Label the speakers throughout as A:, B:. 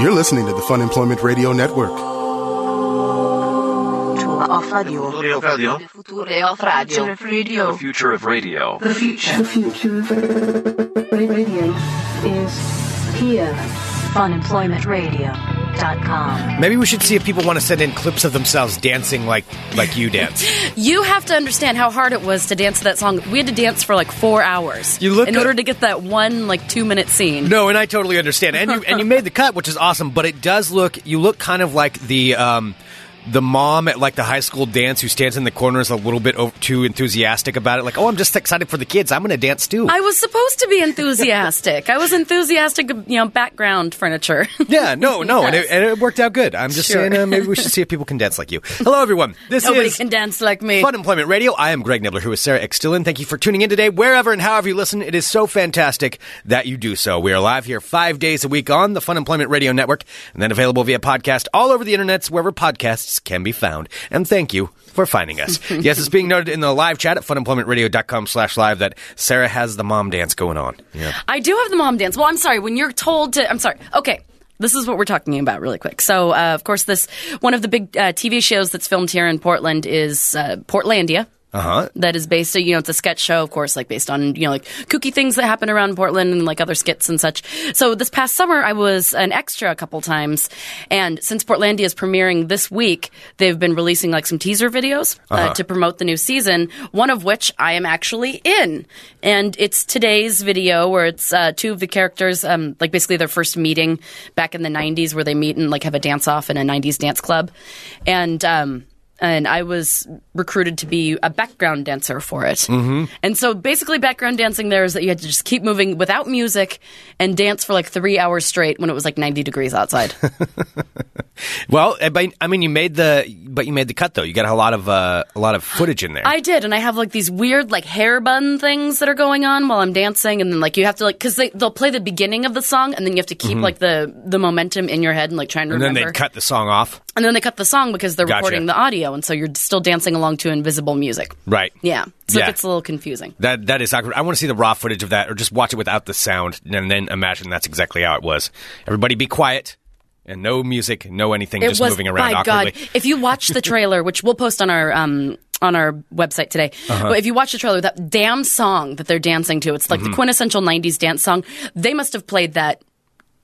A: You're listening to the Fun Employment Radio Network.
B: Future of radio.
C: Future of radio.
B: Future of radio.
C: The future
B: The future.
C: of radio.
D: The future of radio is here.
B: Funemploymentradio.com.
E: Maybe we should see if people want to send in clips of themselves dancing like like you dance.
F: You have to understand how hard it was to dance to that song. We had to dance for like four hours
E: You look
F: in
E: at-
F: order to get that one like two minute scene.
E: no, and I totally understand. And you and you made the cut, which is awesome. But it does look you look kind of like the um, the mom at like the high school dance who stands in the corner is a little bit over, too enthusiastic about it. Like, oh, I'm just excited for the kids. I'm going to dance too.
F: I was supposed to be enthusiastic. I was enthusiastic, you know, background furniture.
E: yeah, no, no, and, it,
F: Yes.
E: and it worked out good. I'm just
F: Sure.
E: saying, uh, maybe we should see if people can dance like you. Hello, everyone. This
F: Nobody
E: is
F: can dance like me.
E: Fun Employment Radio. I am Greg Nibbler, who is Sarah Extillin. Thank you for tuning in today, wherever and however you listen. It is so fantastic that you do so. We are live here five days a week on the Fun Employment Radio Network, and then available via podcast all over the internets, wherever podcasts can be found. And thank you for finding us. yes, it's being noted in the live chat at funemploymentradio.com slash live that Sarah has the mom dance going on. Yeah.
F: I do have the mom dance. Well, I'm sorry. When you're told to, I'm sorry. Okay. This is what we're talking about, really quick. So, uh, of course, this one of the big uh, TV shows that's filmed here in Portland is uh, Portlandia.
E: Uh-huh.
F: That is based, you know, it's a sketch show, of course, like based on, you know, like kooky things that happen around Portland and like other skits and such. So this past summer, I was an extra a couple times. And since Portlandia is premiering this week, they've been releasing like some teaser videos uh to promote the new season, one of which I am actually in. And it's today's video where it's uh, two of the characters, um, like basically their first meeting back in the 90s where they meet and like have a dance off in a 90s dance club. And, um, and I was recruited to be a background dancer for it. Mm-hmm. And so basically, background dancing there is that you had to just keep moving without music and dance for like three hours straight when it was like 90 degrees outside.
E: Well, eh, but I mean, you made the but you made the cut though. You got a lot of uh, a lot of footage in there.
F: I did, and I have like these weird like hair bun things that are going on while I'm dancing, and then like you have to like because they they'll play the beginning of the song, and then you have to keep like the the momentum in your head and like trying to
E: Mm-hmm. and then
F: remember.
E: they cut the song off.
F: and then they cut the song because they're
E: Gotcha.
F: recording the audio, and so you're still dancing along to invisible music.
E: Right.
F: Yeah, so
E: Yeah.
F: it gets a little confusing.
E: That that is awkward. I want to see the raw footage of that, or just watch it without the sound, and then imagine that's exactly how it was. Everybody, be quiet, and no music, no anything, just moving around
F: my
E: awkwardly.
F: God. If you watch the trailer, which we'll post on our um, on our website today,
E: Uh-huh.
F: but if you watch the trailer, that damn song that they're dancing to, it's like
E: Mm-hmm.
F: the quintessential '90s dance song. They must have played that.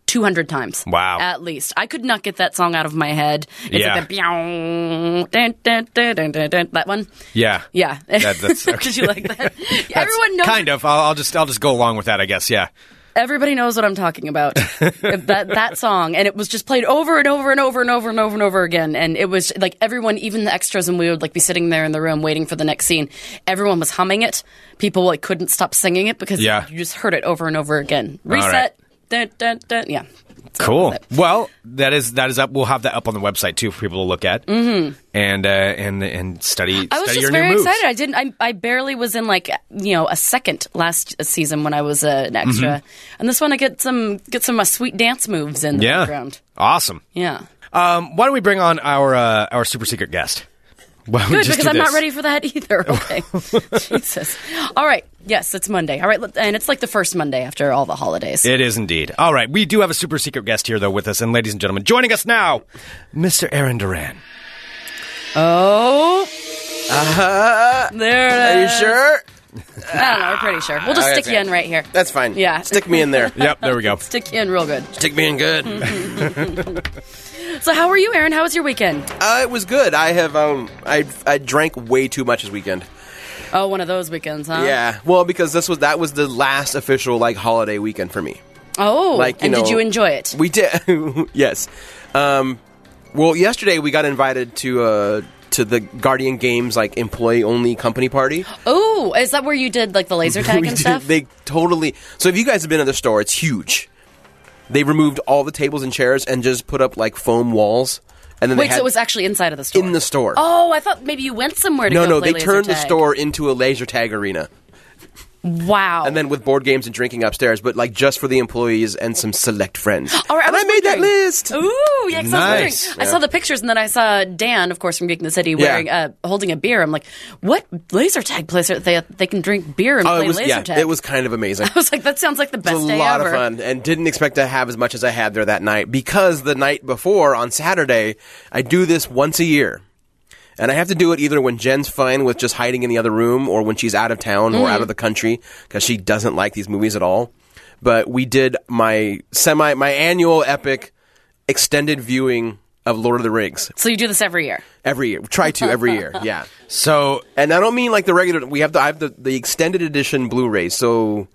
F: 200 times.
E: Wow.
F: At least. I could not get that song out of my head. It's
E: Yeah.
F: like the meow, dun, dun, dun, dun, dun, dun, that one.
E: Yeah,
F: Yeah.
E: That- that's-
F: Did you like that?
E: That's
F: Everyone knows
E: Kind of. I'll, I'll just I'll just go along with that, I guess. Yeah.
F: Everybody knows what I'm talking about. that that song, and it was just played over and over and over and over and over and over again. And it was like everyone, even the extras, and we would like be sitting there in the room waiting for the next scene. Everyone was humming it. People like couldn't stop singing it because
E: Yeah.
F: you just heard it over and over again.
E: right.
F: Reset. Dun, dun, dun. Yeah. So
E: Cool.
F: that was it.
E: Well, that is that is up. We'll have that up on the website too for people to look at mm-hmm. and uh, and and study.
F: I was just
E: study your
F: very
E: new moves.
F: excited. I didn't. I, I barely was in like you know a second last season when I was uh, an extra, and this one I get some get some of my sweet dance moves in the
E: Mm-hmm. Yeah.
F: background.
E: Awesome.
F: Yeah.
E: Um, why don't we bring on our uh, our super secret guest? Why don't we
F: Good,
E: just
F: because
E: do
F: I'm not
E: this?
F: ready for that either. Okay. Jesus. All right. Yes, it's Monday. All right. let- And it's like the first Monday after all the holidays.
E: It is indeed. All right, we do have a super secret guest here, though, with us, and ladies and gentlemen, joining us now, Mr. Aaron Duran.
F: oh. Uh-huh. There it
G: Are you
F: is.
G: sure?
F: I don't know. We're pretty sure. We'll just
G: Okay,
F: stick you
G: okay.
F: in right here.
G: That's fine.
F: Yeah.
G: Stick me in there. Mm-hmm.
E: Yep, there we go.
F: Stick you in real good.
G: Stick me in good.
F: So, how are you, Aaron? How was your weekend?
G: Uh, it was good. I have um I I drank way too much this weekend.
F: Oh, one of those weekends, huh?
G: Yeah. Well, because this was that was the last official like holiday weekend for me.
F: Oh,
G: Like, you
F: and did
G: know,
F: you enjoy it?
G: We did yes. Um well, yesterday we got invited to uh to the Guardian Games like employee only company party.
F: oh, is that where you did like the laser tag
G: We
F: and
G: did-
F: stuff?
G: They totally. So if you guys have been in the store, it's huge. They removed all the tables and chairs and just put up like foam walls. And then they
F: Wait,
G: had
F: so it was actually inside of the store?
G: in the store.
F: Oh, I thought maybe you went somewhere to
G: No,
F: go
G: no,
F: play
G: they
F: laser
G: turned the
F: tag.
G: store into a laser tag arena.
F: Wow.
G: and then with board games and drinking upstairs, but like just for the employees and some select friends.
F: All right, I
G: and I,
F: was
G: made that
F: wondering.
G: list.
F: Ooh, yeah, 'cause I was
E: Nice.
F: wondering. I saw the pictures, and then I saw Dan, of course, from Geek in the City, wearing
G: Yeah.
F: uh, holding a beer. I'm like, what laser tag place are they? They can drink beer and
G: Oh,
F: play
G: it was
F: laser
G: yeah,
F: tag.
G: it was kind of amazing.
F: I was like, that sounds like the
G: It
F: best
G: was a
F: day
G: lot
F: ever.
G: of fun, and didn't expect to have as much as I had there that night because the night before on Saturday, I do this once a year, and I have to do it either when Jen's fine with just hiding in the other room, or when she's out of town or out
F: Mm.
G: of the country because she doesn't like these movies at all. But we did my semi my annual epic extended viewing of Lord of the Rings
F: So you do this every year.
G: every year. Try to every year, yeah.
E: So,
G: And I don't mean like the regular. We have the I have the, the extended edition Blu-ray. So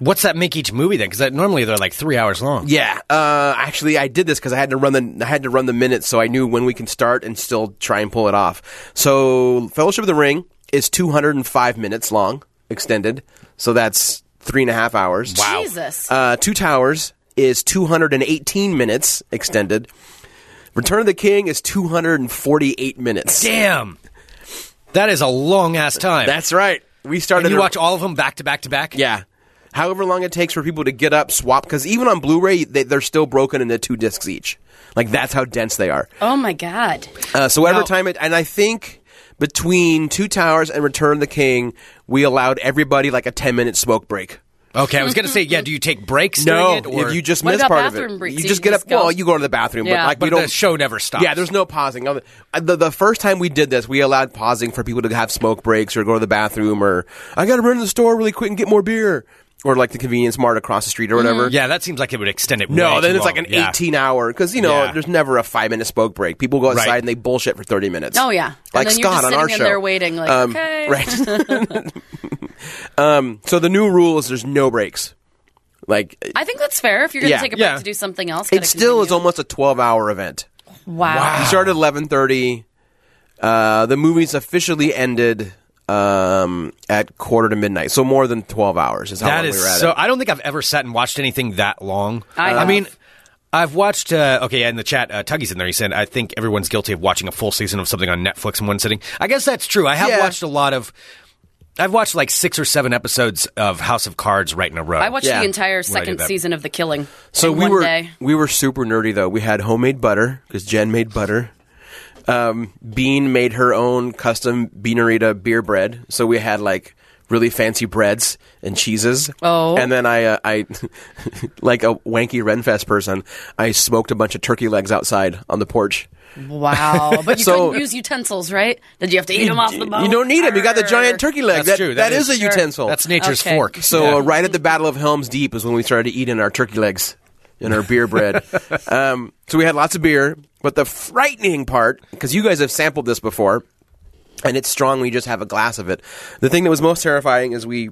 E: what's that make each movie then? Because normally they're like three hours long.
G: yeah, uh, actually, I did this because I had to run the I had to run the minutes, so I knew when we can start and still try and pull it off. So Fellowship of the Ring is 205 minutes long, extended. So that's three and a half hours.
F: Jesus.
G: Uh, Two Towers is 218 minutes extended. Return of the King is 248 minutes.
E: Damn. That is a long ass time.
G: That's right. We started.
E: and you
G: to-
E: watch all of them back to back to back?
G: Yeah. However long it takes for people to get up, swap, because even on Blu ray, they, they're still broken into two discs each. Like, that's how dense they are.
F: oh my god.
G: Uh, so, every
E: Now-
G: time it, and I think between Two Towers and Return of the King, we allowed everybody like a 10 minute smoke break.
E: Okay, I was gonna say, yeah. Do you take breaks?
G: No,
E: during it, or
G: if you just
F: What
G: miss
F: about
G: part of
F: bathroom
G: it,
F: breaks?
G: you
F: You
G: just get
F: just
G: up.
F: go-
G: Well, you go to the bathroom,
F: Yeah.
G: but like
E: but
G: we don't.
E: the show never stops.
G: Yeah, there's no pausing. Uh, The, the first time we did this, we allowed pausing for people to have smoke breaks or go to the bathroom or I got to run to the store really quick and get more beer or like the convenience mart across the street or whatever.
E: Yeah, that seems like it would extend it.
G: No,
E: way
G: then
E: too
G: it's like
E: long.
G: an
E: Yeah.
G: 18 hour because you know
E: Yeah.
G: there's never a five minute smoke break. People go outside
E: Right.
G: and they bullshit for 30 minutes.
F: Oh yeah. and
G: like
F: then you're
G: Scott
F: just
G: on
F: sitting
G: our
F: in
G: show.
F: there waiting, like
G: Um,
F: okay.
G: Right. um, so the new rule is there's no breaks. Like
F: I think that's fair. If you're going to
G: Yeah.
F: take a break
E: Yeah.
F: to do something else,
G: it
F: gotta
G: still is
F: continue.
G: almost a 12 hour event.
F: wow.
G: We started at 11:30. Uh, the movie's officially ended um, at quarter to midnight, so more than 12 hours is how
E: That
G: long
E: is
G: we were at
E: so.
G: it.
E: I don't think I've ever sat and watched anything that long.
F: I have.
E: mean, I've watched. Uh, okay, yeah, in the chat, uh, Tuggy's in there. He said, "I think everyone's guilty of watching a full season of something on Netflix in one sitting." I guess that's true. I have
G: Yeah.
E: watched a lot of. I've watched like six or seven episodes of House of Cards right in a row.
F: I watched
G: Yeah.
F: the entire
E: When I did
F: second
E: that.
F: season of The Killing.
G: So
F: in
G: we
F: one
G: were
F: day.
G: we were super nerdy though. We had homemade butter because Jen made butter. Um, Bean made her own custom Beanerita beer bread. So we had like really fancy breads and cheeses.
F: Oh.
G: and then I uh, I like a wanky Renfest person. I smoked a bunch of turkey legs outside on the porch.
F: Wow. But you
G: So-
F: couldn't use utensils, right? Did you have to eat them off the boat?
G: You don't need them. You got the giant turkey leg.
E: That's
G: that,
E: true.
G: that is, a utensil.
E: That's nature's
F: Okay.
E: fork.
G: So
E: Yeah.
G: uh, right at the Battle of Helm's Deep is when we started eating our turkey legs and our beer bread. um, so we had lots of beer, but the frightening part because you guys have sampled this before, and it's strong. We just have a glass of it. The thing that was most terrifying is we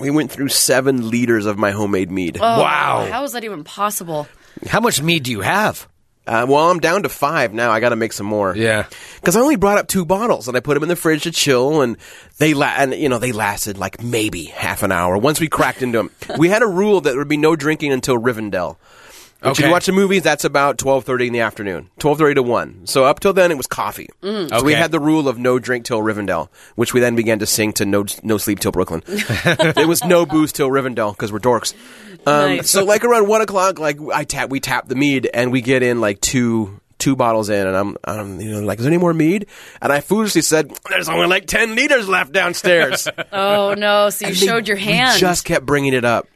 G: we went through seven liters of my homemade mead.
E: Oh. wow.
F: Oh, How is that even possible?
E: How much mead do you have?
G: Uh, well, I'm down to five now. I got to make some more.
E: Yeah.
G: because I only brought up two bottles and I put them in the fridge to chill, and they la- and you know they lasted like maybe half an hour. Once we cracked into them, we had a rule that there would be no drinking until Rivendell. Which If
E: Okay.
G: you watch the movies, that's about twelve thirty in the afternoon, twelve thirty to one. So up till then, it was coffee. So we
E: Mm. Okay.
G: had the rule of no drink till Rivendell, which we then began to sing to no no sleep till Brooklyn. it was no booze till Rivendell because we're dorks. Um,
F: Nice.
G: So like around one o'clock, like I tap, we tap the mead, and we get in like two two bottles in, and I'm I'm you know like, is there any more mead? And I foolishly said, there's only like ten liters left downstairs.
F: Oh no! So you
G: They-
F: showed your
G: we
F: hand.
G: just kept bringing it up.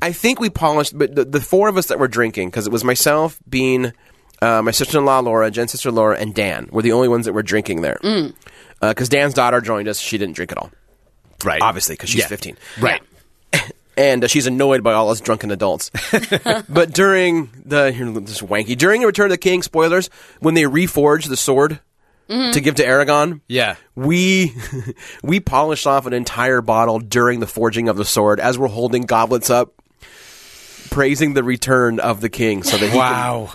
G: I think we polished, but the, the four of us that were drinking, because it was myself, Bean, uh, my sister in law, Laura, Jen's sister Laura, and Dan, were the only ones that were drinking there. Because
F: Mm.
G: Dan's daughter joined us. She didn't drink at all,
E: Right.
G: obviously, because she's
E: Yeah.
G: 15.
E: Right.
G: And uh, she's annoyed by all us drunken adults. but during the, here, this is wanky, during the Return of the King, spoilers, when they reforged the sword
E: Mm-hmm.
G: to give to Aragon,
E: Yeah.
G: we we polished off an entire bottle during the forging of the sword as we're holding goblets up, praising the return of the king. So that he
E: Wow.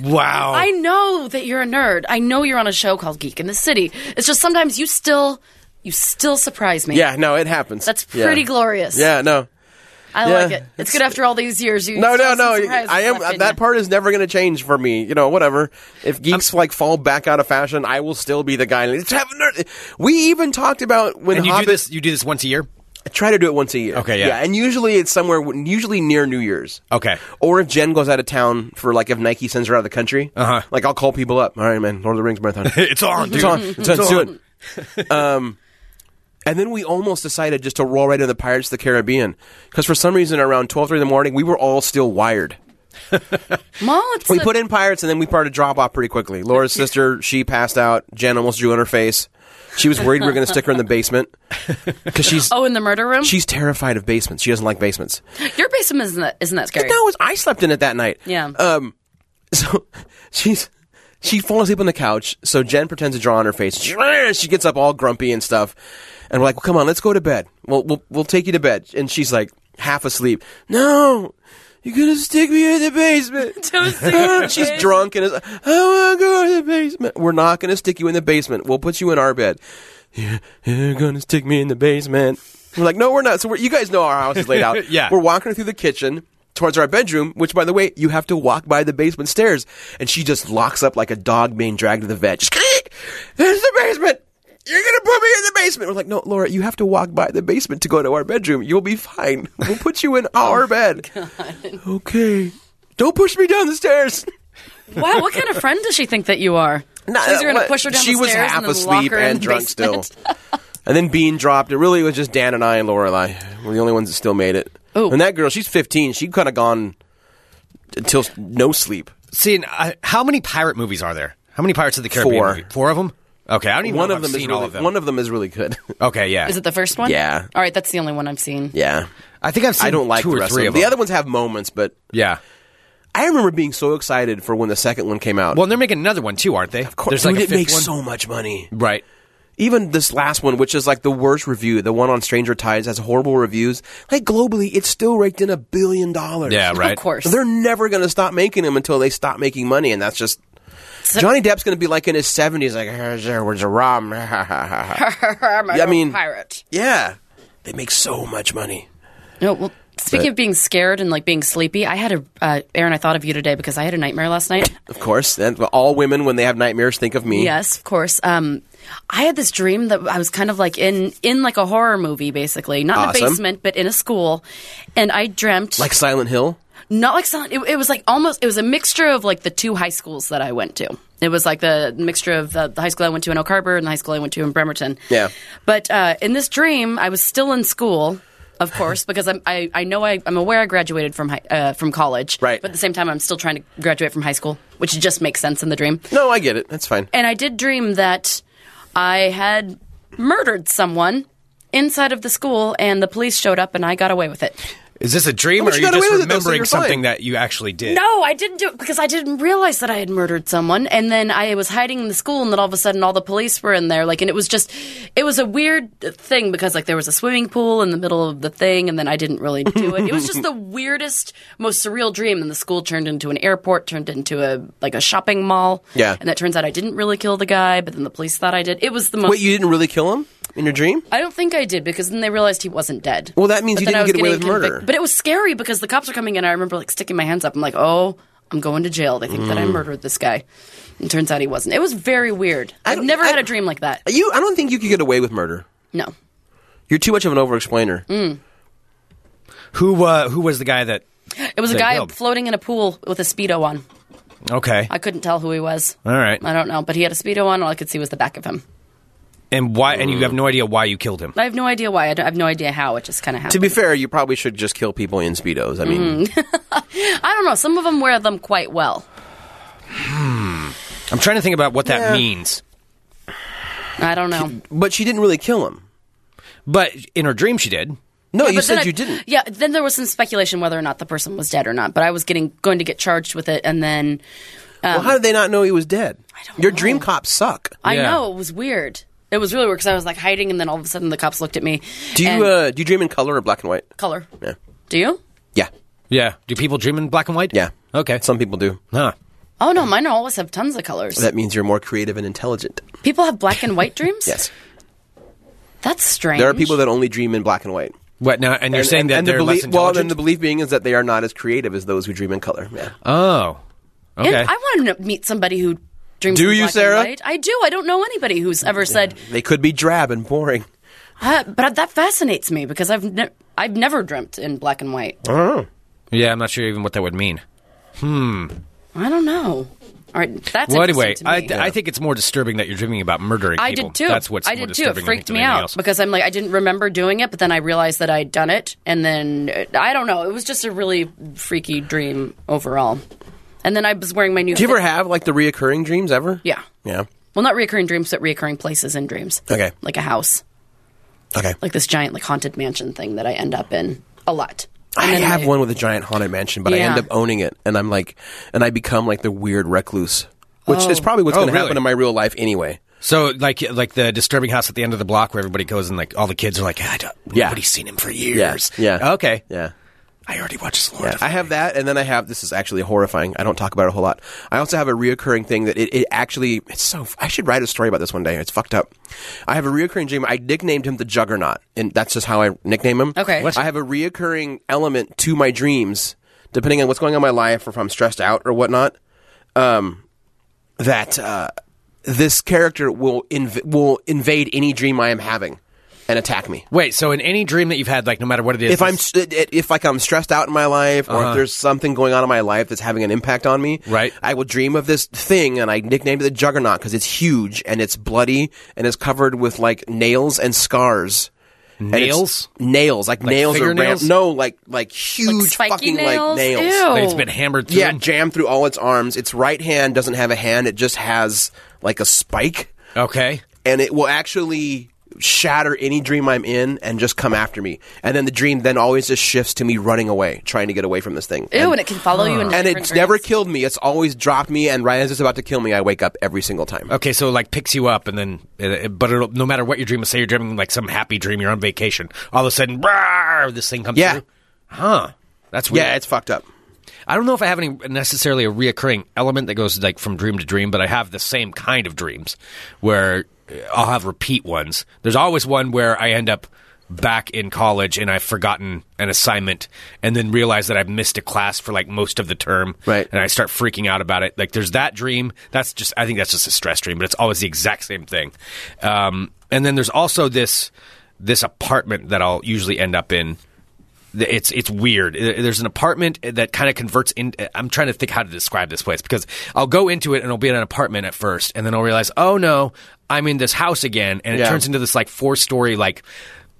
E: wow.
F: I know that you're a nerd. I know you're on a show called Geek in the City. It's just sometimes you still, you still surprise me.
G: Can, yeah, no, it happens.
F: That's
G: Yeah.
F: pretty glorious.
G: Yeah, no,
F: I
G: yeah.
F: like it. It's good after all these years. You
G: no,
F: still
G: no,
F: have
G: no.
F: some surprises
G: I
F: left
G: am
F: in
G: that
F: you.
G: part is never going to change for me. You know, whatever. If geeks like fall back out of fashion, I will still be the guy. Let's have a nerd. We even talked about when
E: and you
G: Hobbit.
E: do this. You do this once a year.
G: I try to do it once a year.
E: Okay, yeah.
G: Yeah, and usually it's somewhere, usually near New Year's.
E: Okay.
G: Or if Jen goes out of town for like if Nike sends her out of the country,
E: Uh-huh.
G: like I'll call people up. All right, man, Lord of the Rings marathon.
E: It's on, dude.
G: It's on. It's on. Let's do it. Um, and then we almost decided just to roll right into the Pirates of the Caribbean because for some reason around twelve three in the morning we were all still wired.
F: Well, it's
G: We
F: a-
G: put in Pirates and then we started to drop off pretty quickly. Laura's sister she passed out. Jen almost drew on her face. She was worried we were going to stick her in the basement because she's
F: oh in the murder room.
G: she's terrified of basements. She doesn't like basements.
F: Your basement isn't that, isn't that scary?
G: No, it was, I slept in it that night.
F: Yeah.
G: Um, so she's she falls asleep on the couch. So Jen pretends to draw on her face. She, she gets up all grumpy and stuff. And we're like, well, come on, let's go to bed. We'll, we'll we'll take you to bed. And she's like half asleep. No, you're gonna stick me in the basement. She's drunk and is like, I want to go to the basement. We're not going to stick you in the basement. We'll put you in our bed. "Yeah, You're going to stick me in the basement. We're like, no, we're not. So we're, you guys know our house is laid out.
E: Yeah.
G: We're walking her through the kitchen towards our bedroom, which, by the way, you have to walk by the basement stairs. And she just locks up like a dog being dragged to the vet. Just, there's the basement. You're going to put me in the basement. We're like, no, Laura, you have to walk by the basement to go to our bedroom. You'll be fine. We'll put you in our bed. Okay. Don't push me down the stairs.
F: Wow, what kind of friend does she think that you are? She's going to
G: uh, what-
F: push her down
G: She
F: the
G: was
F: stairs
G: half
F: and then lock
G: asleep
F: her in
G: and
F: the
G: drunk still.
F: basement.
G: and then Bean dropped. It really was just Dan and I and Lorelai. We're the only ones that still made it.
F: Oh.
G: And that girl, she's 15. She kind of gone until no sleep.
E: See, and I, uh, how many pirate movies are there? How many Pirates of the Caribbean?
G: Four.
E: movie- Four of them. Okay, I don't even
G: One
E: know if
G: of
E: I've
G: them is
E: seen
G: really,
E: all of them.
G: one of them is really good.
E: okay, yeah.
F: Is it the first one?
G: Yeah.
F: All right, that's the only one I've seen.
G: yeah.
E: I think I've seen
G: I don't like
E: two
G: the
E: or
G: rest
E: three
G: of
E: of them.
G: them. The other ones have moments, but
E: yeah.
G: I remember being so excited for when the second one came out.
E: Well, and they're making another one too, aren't they?
G: Of course,
E: There's like
G: dude,
E: a
G: it
E: fifth
G: makes
E: one.
G: so much money.
E: right.
G: Even this last one, which is like the worst review, the one on Stranger Tides has horrible reviews. Like globally, it's still raked in a billion dollars.
E: Yeah. Right.
F: Of course.
G: They're never going to stop making them until they stop making money, and that's just Johnny Depp's going to be like in his seventies, like "Here's a- where's a rum? yeah,
F: I'm a
G: I mean-
F: pirate.
G: they make so much money.
F: No, well, speaking of being scared and like being sleepy, I had a uh, Aaron. I thought of you today because I had a nightmare last night.
G: Of course, and all women when they have nightmares think of me.
F: Yes, of course. Um, I had this dream that I was kind of like in in like a horror movie, basically, not in
G: Awesome.
F: a basement, but in a school, and I dreamt
G: like Silent Hill.
F: not like silent. It, it was like almost. It was a mixture of like the two high schools that I went to. It was like the mixture of the, the high school I went to in Oak Harbor and the high school I went to in Bremerton.
G: Yeah.
F: But uh, in this dream, I was still in school, of course, because I'm, I I know I, I'm aware I graduated from high, uh, from college.
G: Right.
F: But at the same time, I'm still trying to graduate from high school, which just makes sense in the dream.
G: No, I get it. That's fine.
F: And I did dream that I had murdered someone inside of the school, and the police showed up, and I got away with it.
E: Is this a dream, or
G: Well,
E: are
G: you
E: you
G: got
E: just
G: away with it, though, so
E: remembering
G: you're fine.
E: something that you actually did?
F: No, I didn't do it because I didn't realize that I had murdered someone. And then I was hiding in the school, and then all of a sudden, all the police were in there. Like, and it was just, it was a weird thing because like there was a swimming pool in the middle of the thing, and then I didn't really do it. it was just the weirdest, most surreal dream. And the school turned into an airport, turned into a like a shopping mall.
G: Yeah.
F: And it turns out I didn't really kill the guy, but then the police thought I did. It was the most.
G: Wait, you didn't really kill him in your dream?
F: I don't think I did because then they realized he wasn't dead.
G: Well, that means you
F: then
G: didn't
F: I was
G: get away with
F: getting
G: murder.
F: But it was scary because the cops are coming in. I remember like sticking my hands up. I'm like, oh, I'm going to jail. They think that I
G: Mm.
F: murdered this guy. And turns out he wasn't. It was very weird. I've
G: don't-
F: never
G: I-
F: had a dream like that.
G: You, I don't think you could get away with murder.
F: No.
G: You're too much of an over-explainer.
F: Mm.
E: Who uh, Who was the guy that?
F: It was a
E: They
F: guy
E: killed.
F: floating in a pool with a Speedo on.
E: Okay.
F: I couldn't tell who he was.
E: All right.
F: I don't know, but he had a Speedo on. All I could see was the back of him.
E: And why? And you have no idea why you killed him.
F: I have no idea why. I, don't, I have no idea how. It just kind of
G: To
F: happened.
G: be fair, you probably should just kill people in speedos. I
F: Mm.
G: mean,
F: I don't know. Some of them wear them quite well.
E: I'm trying to think about what that means.
F: I don't know.
G: but she didn't really kill him.
E: But in her dream, she did.
G: No, you
F: But then
G: said
F: I-
G: you didn't.
F: Yeah, then there was some speculation whether or not the person was dead or not. But I was getting going to get charged with it, and then
G: well, how did they not know he was dead?
F: um, don't
G: Your
F: know.
G: dream cops suck.
F: I
E: Yeah.
F: know it was weird. It was really weird because I was like hiding, and then all of a sudden the cops looked at me.
G: Do you
F: and-
G: uh, do you dream in color or black and white?
F: color?
G: Yeah,
F: Do you?
G: yeah,
E: Yeah. Do people dream in black and white?
G: yeah.
E: Okay.
G: Some people do.
E: huh.
F: Oh no, mine always have tons of colors.
G: That means you're more creative and intelligent.
F: people have black and white dreams.
G: Yes,
F: that's strange.
G: there are people that only dream in black and white.
E: What now? And you're
G: And-
E: saying
G: and-
E: that
G: and the
E: they're
G: belie-
E: less
G: well,
E: intelligent?
G: then the belief being is that they are not as creative as those who dream in color. Yeah.
E: oh.
F: And
E: Okay.
F: I want to meet somebody who dreams.
G: Do
F: in
G: you,
F: black and
G: Sarah?
F: white. I do. I don't know anybody who's ever said
G: They could be drab and boring.
F: Uh, but that fascinates me because I've ne- I've never dreamt in black and white.
E: Yeah, I'm not sure even what that would mean.
F: I don't know. All right, that's
E: well,
F: interesting
E: anyway,
F: to
E: I,
F: me.
E: I think it's more disturbing that you're dreaming about murdering
F: I
E: people.
F: did too.
E: That's what's
F: I
E: more
F: did too. It
E: disturbing.
F: freaked
E: than
F: me
E: anything
F: out
E: else.
F: because I'm like I didn't remember doing it, but then I realized that I'd done it, and then uh, I don't know. It was just a really freaky dream overall. And then I was wearing my new.
G: Do you ever have like the reoccurring dreams ever?
F: yeah.
G: Yeah.
F: Well, not reoccurring dreams, but reoccurring places in dreams.
G: Okay.
F: Like a house,
G: Okay.
F: like this giant like haunted mansion thing that I end up in a lot.
G: I
F: And then
G: have
F: my-
G: one with a giant haunted mansion, but I
F: Yeah.
G: end up owning it, and I'm like, and I become like the weird recluse, which is probably what's
E: Oh,
G: going to
E: really?
G: happen in my real life anyway.
E: So, like, like the disturbing house at the end of the block where everybody goes and like all the kids are like, I don't,
G: Yeah.
E: nobody's seen him for years.
G: Yeah.
E: Okay.
G: Yeah.
E: I already watched Lord.
G: Yeah, I have that, and then I have this is actually horrifying. I don't talk about it a whole lot. I also have a reoccurring thing that it, it actually it's so. I should write a story about this one day. It's fucked up. I have a reoccurring dream. I nicknamed him the Juggernaut, and that's just how I nickname him.
F: Okay. What?
G: I have a reoccurring element to my dreams, depending on what's going on in my life or if I'm stressed out or whatnot. Um, that uh, this character will inv- will invade any dream I am having and attack me
E: Wait, so in any dream that you've had, like, no matter what it is,
G: if I'm
E: this-
G: s- it- it- if like I'm stressed out in my life or if there's something going on in my life that's having an impact on me,
E: Right.
G: I will dream of this thing and I nicknamed it the Juggernaut because it's huge and it's bloody and it's covered with like nails and scars. And it's-
E: Nails?
G: nails, like, nails or
E: fingernails?
G: ram- no, like like huge
F: spiky
G: fucking
F: nails?
G: like nails.
F: Ew.
E: like, it's been hammered through.
G: Oh. Yeah,
E: him?
G: jammed through all its arms. Its right hand doesn't have a hand; it just has like a spike,
E: Okay.
G: and it will actually shatter any dream I'm in and just come after me. And then the dream then always just shifts to me running away, trying to get away from this thing.
F: Ew,
G: and,
F: and it can follow you. into
G: and
F: different
G: it's never
F: dreams.
G: killed me. It's always dropped me, and right as it's about to kill me, I wake up every single time.
E: Okay, so like picks you up, and then, it, it- but it'll, no matter what your dream is, say you're dreaming like some happy dream, you're on vacation. All of a sudden, rawr, this thing comes
G: Yeah.
E: through. Huh. That's weird.
G: Yeah, it's fucked up.
E: I don't know if I have any necessarily a reoccurring element that goes like from dream to dream, but I have the same kind of dreams where uh, I'll have repeat ones. There's always one where I end up back in college and I've forgotten an assignment and then realize that I've missed a class for like most of the term.
G: Right.
E: And I start freaking out about it. Like there's that dream. That's just, I think that's just a stress dream, but it's always the exact same thing. Um, and then there's also this, this apartment that I'll usually end up in th- it's it's weird. There- There's an apartment that kind of converts in. I'm trying to think how to describe this place because I'll go into it and it'll be in an apartment at first, and then I'll realize, oh no, I'm in this house again, and it
G: Yeah.
E: turns into this like four story like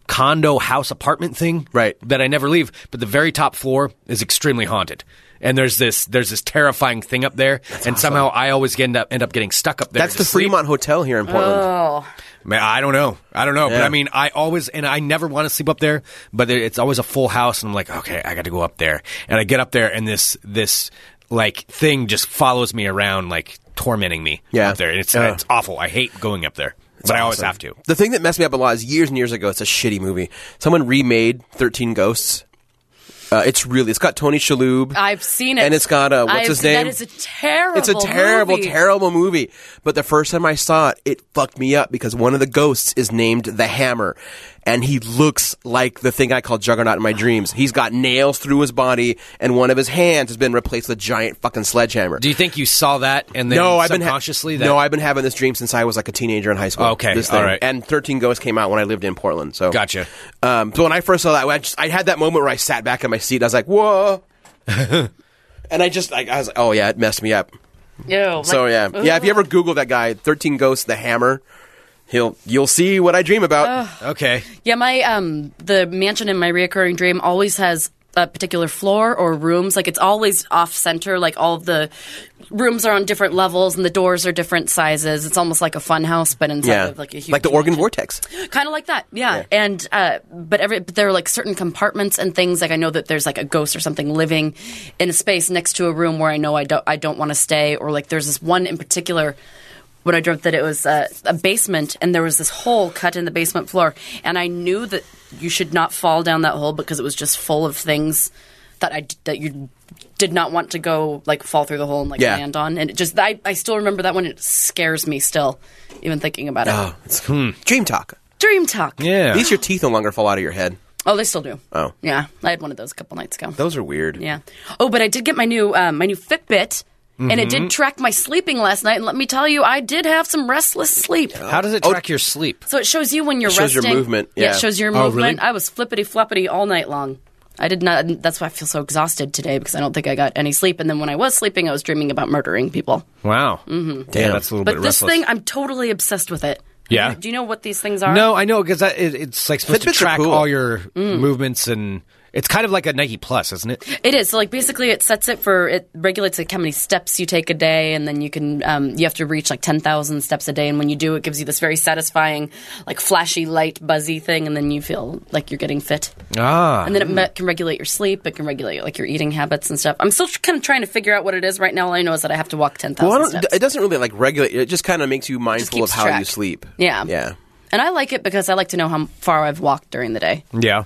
E: condo house apartment thing,
G: Right.
E: That I never leave, but the very top floor is extremely haunted. And there's this there's this terrifying thing up there, and somehow I always end up end up getting stuck up there.
G: That's
E: to
G: the
E: sleep.
G: Fremont Hotel here in Portland.
F: Oh.
E: Man, I don't know. I don't know. But
G: Yeah.
E: I mean, I always and I never want to sleep up there. But there- it's always a full house, and I'm like, okay, I got to go up there. And I get up there, and this this like thing just follows me around, like tormenting me
G: Yeah.
E: up there. And it's
G: Yeah.
E: it's awful. I hate going up there, but I always have to.
G: The thing that messed me up a lot is years and years ago. It's a shitty movie. Someone remade Thirteen Ghosts. Uh, it's really. It's got Tony Shalhoub.
F: I've seen it,
G: And it's got uh, what's
F: I've-
G: his name?
F: That is a terrible.
G: It's a terrible,
F: movie.
G: terrible movie. But the first time I saw it, it fucked me up because one of the ghosts is named the Hammer, and he looks like the thing I call Juggernaut in my dreams. He's got nails through his body, and one of his hands has been replaced with a giant fucking sledgehammer.
E: Do you think you saw that and then
G: no, I've been ha-
E: subconsciously that?
G: no, I've been having this dream since I was like a teenager in high school.
E: Okay,
G: this
E: all
G: thing.
E: right.
G: And Thirteen Ghosts came out when I lived in Portland. So
E: Gotcha.
G: Um, so when I first saw that, I, just, I had that moment where I sat back in my seat. I was like, "Whoa!" and I just, like, I was like, "Oh yeah, it messed me up."
F: Ew, like-
G: So yeah, yeah. If you ever Google that guy, Thirteen Ghosts, the Hammer, he'll you'll see what I dream about.
E: okay.
F: Yeah, my um the mansion in my reoccurring dream always has a particular floor or rooms. Like it's always off center. Like all of the rooms are on different levels and the doors are different sizes. It's almost like a fun house, but inside
G: yeah,
F: of like a huge
G: the Oregon Vortex.
F: kind of like that yeah, and uh, but every but there are like certain compartments and things like i know that there's like a ghost or something living in a space next to a room where i know i don't i don't want to stay or like there's this one in particular when i dreamt that it was uh, a basement and there was this hole cut in the basement floor and i knew that you should not fall down that hole because it was just full of things that i d- that you did not want to go like fall through the hole and like
G: Yeah.
F: land on and it just I, I still remember that one it scares me still even thinking about it
G: It's dream talk.
F: dream talk
E: Oh, hmm. Yeah.
G: At least your teeth no longer fall out of your head.
F: Oh, they still do.
G: Oh.
F: yeah. I had one of those a couple nights ago.
G: Those are weird.
F: yeah. Oh, but I did get my uh, new um, my new Fitbit And it did track my sleeping last night. And let me tell you, I did have some restless sleep.
E: How does it
G: Oh.
E: track your sleep?
F: So it shows you when you're
G: It shows your
F: resting.
G: movement, yeah.
F: it shows your
H: Oh, really?
F: movement. I was flippity floppity all night long. I did not. That's why I feel so exhausted today because I don't think I got any sleep. And then when I was sleeping, I was dreaming about murdering people.
E: Wow. Mm-hmm. Damn, that's a little
F: But
E: bit
F: this
E: restless.
F: thing, I'm totally obsessed with it.
E: Yeah.
F: Do you know what these things are?
E: no, I know because it, it's like supposed
G: Fitbits are
E: to track
G: cool.
E: all your
F: Mm.
E: movements and it's kind of like a Nike Plus, isn't it?
F: It is. So like basically, it sets it for it regulates like how many steps you take a day, and then you can um, you have to reach like ten thousand steps a day. And when you do, it gives you this very satisfying, like flashy light buzzy thing, and then you feel like you're getting fit.
E: Ah,
F: And then it me- can regulate your sleep. It can regulate like your eating habits and stuff. I'm still kind of trying to figure out what it is right now. All I know is that I have to walk ten
G: Well, I
F: thousand
G: don't,
F: steps.
G: it doesn't really like regulate. It just kind of makes you mindful of
F: keeps
G: how you
F: track.
G: sleep.
F: Yeah.
G: yeah.
F: and I like it because I like to know how far I've walked during the day.
E: yeah.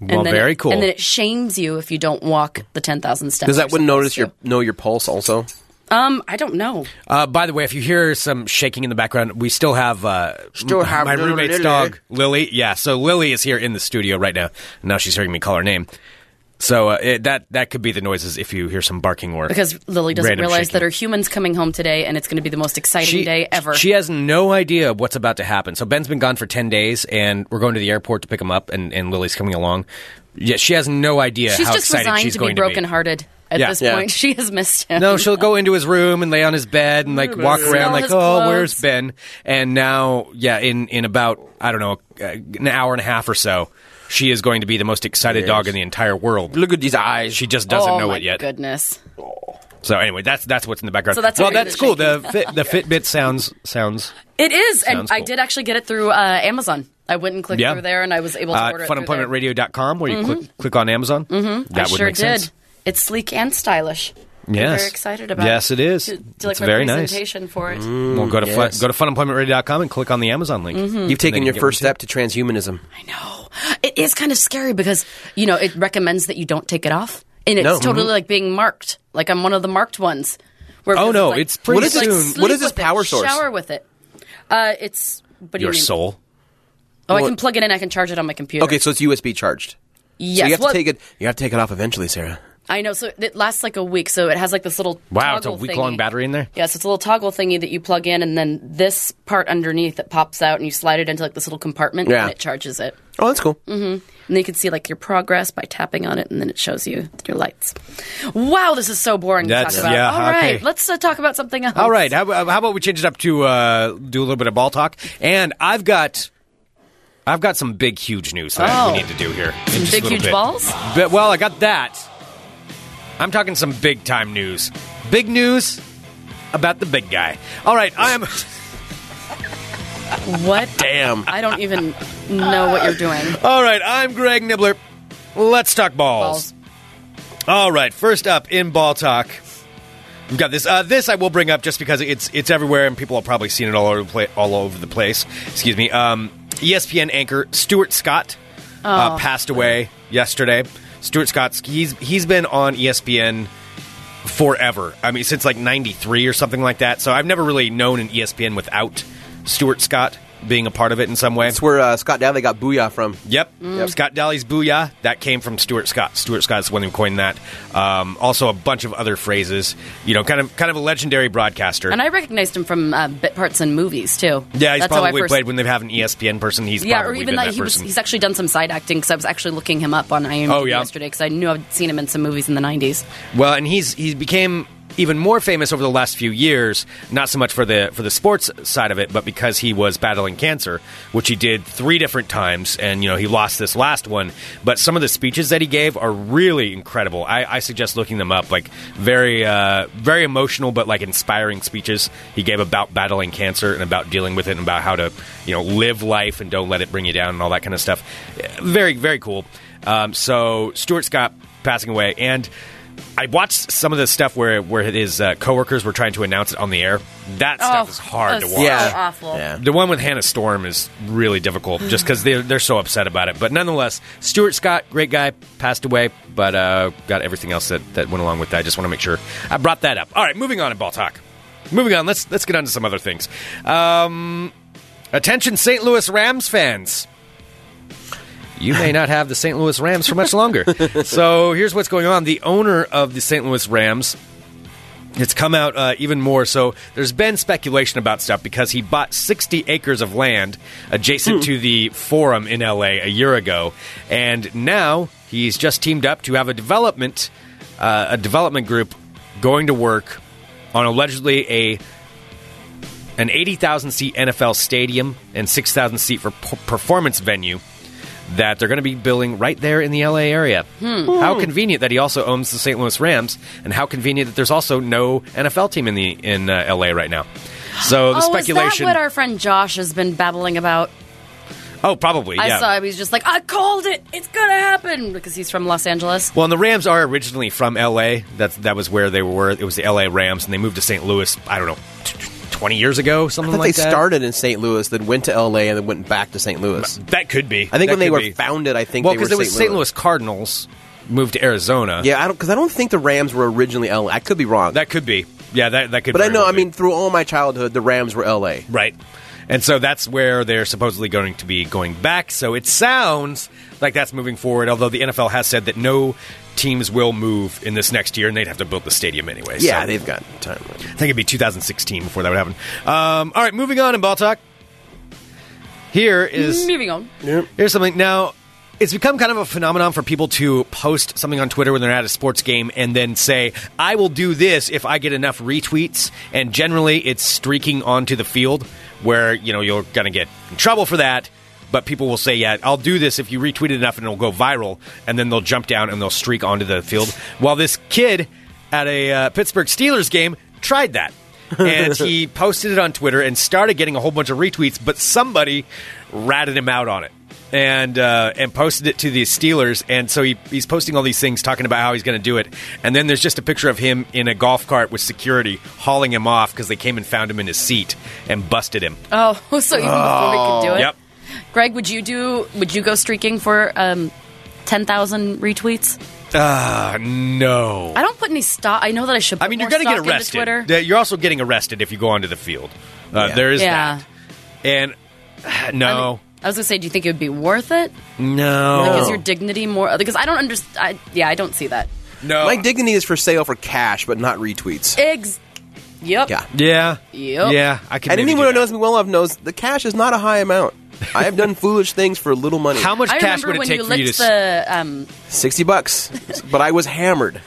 F: And
E: Well,
F: then
E: very
F: it,
E: cool.
F: And then it shames you if you don't walk the ten thousand steps.
G: Does
F: you're
G: that one
F: supposed
G: notice your
F: to.
G: know your pulse also?
F: Um, I don't know.
E: Uh, by the way, if you hear some shaking in the background, we still have, uh,
G: Still
E: m-
G: have
E: my
G: little
E: roommate's
G: Lily.
E: dog, Lily. Yeah, so Lily is here in the studio right now. Now she's hearing me call her name. So uh, it, that that could be the noises if you hear some barking or
F: Because Lily doesn't
E: random
F: realize that
E: shaking.
F: her human's coming home today, and it's going to be the most exciting day ever.
E: She has no idea what's about to happen. So Ben's been gone for ten days, and we're going to the airport to pick him up, and, and Lily's coming along. Yeah, she has no idea
F: she's
E: how
F: just
E: excited
F: resigned
E: she's
F: to be
E: going to
F: brokenhearted at
E: Yeah.
F: this
E: Yeah.
F: point. She has missed him.
E: be. No, she'll go into his room and lay on his bed and like walk around like,
F: his
E: oh,
F: clothes."
E: where's Ben? And now, yeah, in in about I don't know uh, an hour and a half or so, she is going to be the most excited dog in the entire world.
G: Look at these eyes.
E: She just doesn't
F: oh,
E: know
F: my
E: it yet.
F: Goodness.
E: So anyway, that's that's what's in the background.
F: So that's
E: well,
F: how you're
E: that's cool. The
F: shaking.
E: fit, the Fitbit sounds sounds
F: It is, and
E: Sounds
F: I
E: cool.
F: did actually get it through uh, Amazon. I went and clicked
E: Yeah.
F: through there, and I was able to
E: uh,
F: order it. through there.
E: funemploymentradio.com where you click, click on Amazon. Mm-hmm. That
F: I
E: would
F: sure
E: make
F: did.
E: sense.
F: It's sleek and stylish. I'm
E: Yes.
F: very excited about.
E: Yes, it is.
F: Do you like
E: It's
F: my
E: very nice. Mm.
F: presentation for it.
E: Well, go to
G: Mm, yes.
E: fun, go to funemploymentradio.com and click on the Amazon link.
F: Mm-hmm.
G: You've taken
E: you
G: your
E: get
G: first
E: what you
G: step to transhumanism.
F: I know. It is kind of scary because, you know, it recommends that you don't take it off. And it's
G: No.
F: totally like being marked. Like I'm one of the marked ones. Where
E: Oh, no, it's pretty
F: What is
E: soon-
G: what is this power source?
F: Shower with it. Uh, it's what do
E: Your
F: you mean?
E: soul.
F: Oh, I
G: Well-
F: can plug it in. I can charge it on my computer.
G: Okay, so it's USB charged.
F: Yes.
G: so you have
F: well,
G: to take it. You have to take it off eventually, Sarah.
F: I know. So it lasts like a week. So it has like this little
E: Wow, it's a
F: toggle
E: week long
F: thingy.
E: battery in there.
F: Yeah, so it's a little toggle thingy that you plug in, and then this part underneath that pops out, and you slide it into like this little compartment,
G: Yeah.
F: and it charges it.
G: Oh, that's cool.
F: And then you can see like your progress by tapping on it, and then it shows you your lights. Wow, this is so boring
E: That's-
F: to talk about.
E: yeah,
F: All right,
E: okay.
F: let's uh, talk about something else.
E: All right, how, how about we change it up to uh, do a little bit of ball talk? And I've got I've got some big huge news that
F: Oh.
E: we need to do here. in
F: Some
E: just a
F: big,
E: little
F: huge
E: bit.
F: balls?
E: But, well, I got that. I'm talking some big time news. Big news about the big guy. All right, I am
F: What?
G: Damn.
F: I don't even know what you're doing.
E: All right, I'm Greg Nibbler. Let's talk balls.
F: Balls.
E: All right, first up in ball talk, we've got this. Uh, this I will bring up just because it's it's everywhere and people have probably seen it all over the pla- all over the place. Excuse me. Um, ESPN anchor Stuart Scott uh, passed away yesterday. Stuart Scott, he's he's been on E ESPN forever. I mean, since like '93 or something like that. So I've never really known an E ESPN without Stuart Scott being a part of it in some way.
G: That's where uh, Scott Daly got Booyah from.
E: Yep.
F: Mm.
E: Scott Daly's Booyah, that came from Stuart Scott. Stuart Scott's the one who coined that. Um, also a bunch of other phrases. You know, kind of kind of a legendary broadcaster.
F: And I recognized him from uh, bit parts in movies too.
E: yeah, he's
F: That's how I
E: probably
F: first-
E: played when they have an E ESPN person. He's
F: Yeah, or
E: probably
F: even
E: been
F: that,
E: that,
F: he was,
E: person.
F: he's actually done some side acting because I was actually looking him up on IMDb
E: Oh, yeah.
F: yesterday because I knew I'd seen him in some movies in the 90s.
E: Well, and he's he became even more famous over the last few years, not so much for the for the sports side of it, but because he was battling cancer, which he did three different times, and you know he lost this last one. But some of the speeches that he gave are really incredible. I, I suggest looking them up. Like very uh, very emotional, but like inspiring speeches he gave about battling cancer and about dealing with it and about how to you know live life and don't let it bring you down and all that kind of stuff. Very very cool. Um, so Stuart Scott passing away and. I watched some of the stuff where where his uh, coworkers were trying to announce it on the air. That stuff
F: Oh,
E: is hard
F: that
E: to
F: was
E: watch.
F: so
G: Yeah.
F: awful.
G: Yeah.
E: The one with Hannah Storm is really difficult just because they're, they're so upset about it. But nonetheless, Stuart Scott, great guy, passed away, but uh, got everything else that, that went along with that. I just want to make sure I brought that up. All right, moving on in ball talk. Moving on, let's let's get on to some other things. Um, attention, St. Louis Rams fans you may not have the St. Louis Rams for much longer. so here's what's going on. The owner of the St. Louis Rams It's come out uh, even more. So there's been speculation about stuff because he bought 60 acres of land adjacent to the forum in LA a year ago, and now he's just teamed up to have a development uh, a development group going to work on allegedly a an 80,000 seat NFL stadium and 6,000 seat for p- performance venue that they're going to be building right there in the LA area.
F: Hmm.
E: How convenient that he also owns the St. Louis Rams, and how convenient that there's also no NFL team in the in uh, LA right now. So the
F: oh, is that
E: speculation.
F: what our friend Josh has been babbling about?
E: oh, probably. Yeah.
F: I saw him. He's just like, I called it. It's gonna happen because he's from Los Angeles.
E: Well, and the Rams are originally from LA. That's that was where they were. It was the LA Rams, and they moved to St. Louis. I don't know, t- t- twenty years ago,
G: I
E: something
G: thought
E: like
G: they
E: that.
G: started in St. Louis, then went to L.A., and then went back to St. Louis.
E: That could be.
G: I think
E: That
G: when they
E: could
G: were
E: be.
G: founded, I think
E: well,
G: they were
E: because it was
G: St. Louis.
E: Cardinals moved to Arizona.
G: Yeah, I don't because I don't think the Rams were originally L.A. I could be wrong,
E: that could be. Yeah, that that could.
G: but I
E: very
G: know.
E: well
G: I
E: be.
G: mean, through all my childhood, the Rams were L.A.
E: Right. And so that's where they're supposedly going to be going back. So it sounds like that's moving forward, although the NFL has said that no teams will move in this next year and they'd have to build the stadium anyway.
G: Yeah,
E: so
G: they've got time.
E: I think it'd be 2016 before that would happen. Um, all right, moving on in ball talk. Here is
F: Moving on.
E: Here's something. Now, it's become kind of a phenomenon for people to post something on Twitter when they're at a sports game and then say, I will do this if I get enough retweets. And generally, it's streaking onto the field where, you know, you're going to get in trouble for that. But people will say, yeah, I'll do this if you retweet it enough and it'll go viral. And then they'll jump down and they'll streak onto the field. While this kid at a uh, Pittsburgh Steelers game tried that. and he posted it on Twitter and started getting a whole bunch of retweets, but somebody ratted him out on it and uh, and posted it to the Steelers. And so he, he's posting all these things talking about how he's going to do it. And then there's just a picture of him in a golf cart with security hauling him off because they came and found him in his seat and busted him.
F: Oh, so even before we could do it.
E: Yep.
F: Greg, would you do? Would you go streaking for um, ten thousand retweets?
E: Ah, no.
F: I don't put any stock. I know that I should. Put
E: I mean, you're
F: more
E: going to get
F: stock into Twitter.
E: arrested. You're also getting arrested if you go onto the field. Uh,
G: Yeah.
E: There is
F: yeah.
E: that. And uh, no,
F: I was gonna say, do you think it would be worth it?
E: no,
F: Like, is your dignity more? Because I don't understand. I, yeah, I don't see that.
E: no.
G: My dignity is for sale for cash, but not retweets.
F: Eggs. Yep.
G: Yeah.
E: Yeah.
F: Yep.
E: Yeah. I can.
G: And
E: maybe
G: anyone who
E: do that.
G: knows me well enough knows the cash is not a high amount. I have done foolish things for little money.
E: how much
F: I
E: cash
F: remember when
E: would it take
F: you
E: for you to
F: licked
E: s-
F: the. Um,
G: Sixty bucks, but I was hammered.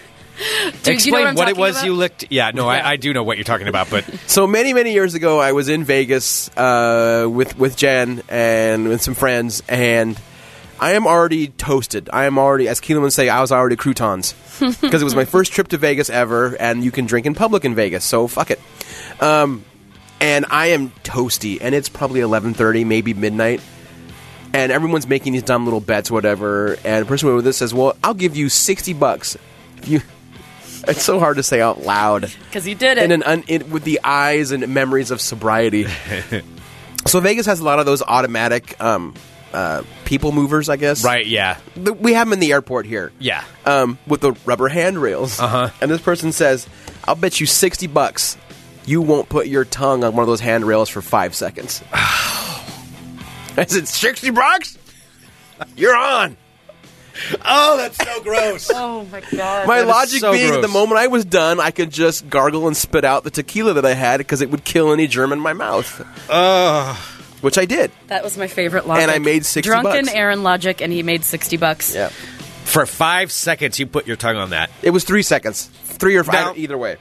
F: do
E: explain
F: you know what, I'm
E: it
F: talking
E: was
F: about?
E: you licked? Yeah, no,
F: Yeah.
E: I, I do know what you're talking about, but
G: So many, many years ago, I was in Vegas uh, with with Jen and with some friends, and I am already toasted. I am already, as Keelan would say, I was already croutons because it was my first trip to Vegas ever, and you can drink in public in Vegas, so fuck it. Um, and I am toasty, and it's probably eleven thirty, maybe midnight. And everyone's making these dumb little bets, whatever. And the person with this says, "Well, I'll give you sixty bucks." If you, it's so hard to say out loud
F: Because you did it.
G: and an un- it, with the eyes and memories of sobriety. so Vegas has a lot of those automatic um, uh, people movers, I guess.
E: right, yeah,
G: Th- We have them in the airport here.
E: yeah.
G: Um, with the rubber handrails.
E: Uh-huh.
G: And this person says, "I'll bet you sixty bucks." You won't put your tongue on one of those handrails for five seconds. I said, 60 bucks? You're on.
E: Oh, that's so gross.
F: oh my god.
G: My
E: That is
G: logic
E: so
G: being,
E: gross.
G: the moment I was done, I could just gargle and spit out the tequila that I had because it would kill any germ in my mouth. Which I did.
F: That was my favorite logic.
G: And I made 60
F: Drunken
G: bucks.
F: Aaron logic, and he made sixty bucks.
G: Yeah.
E: For five seconds, you put your tongue on that.
G: It was three seconds. Three or
E: Now-
G: five. either way.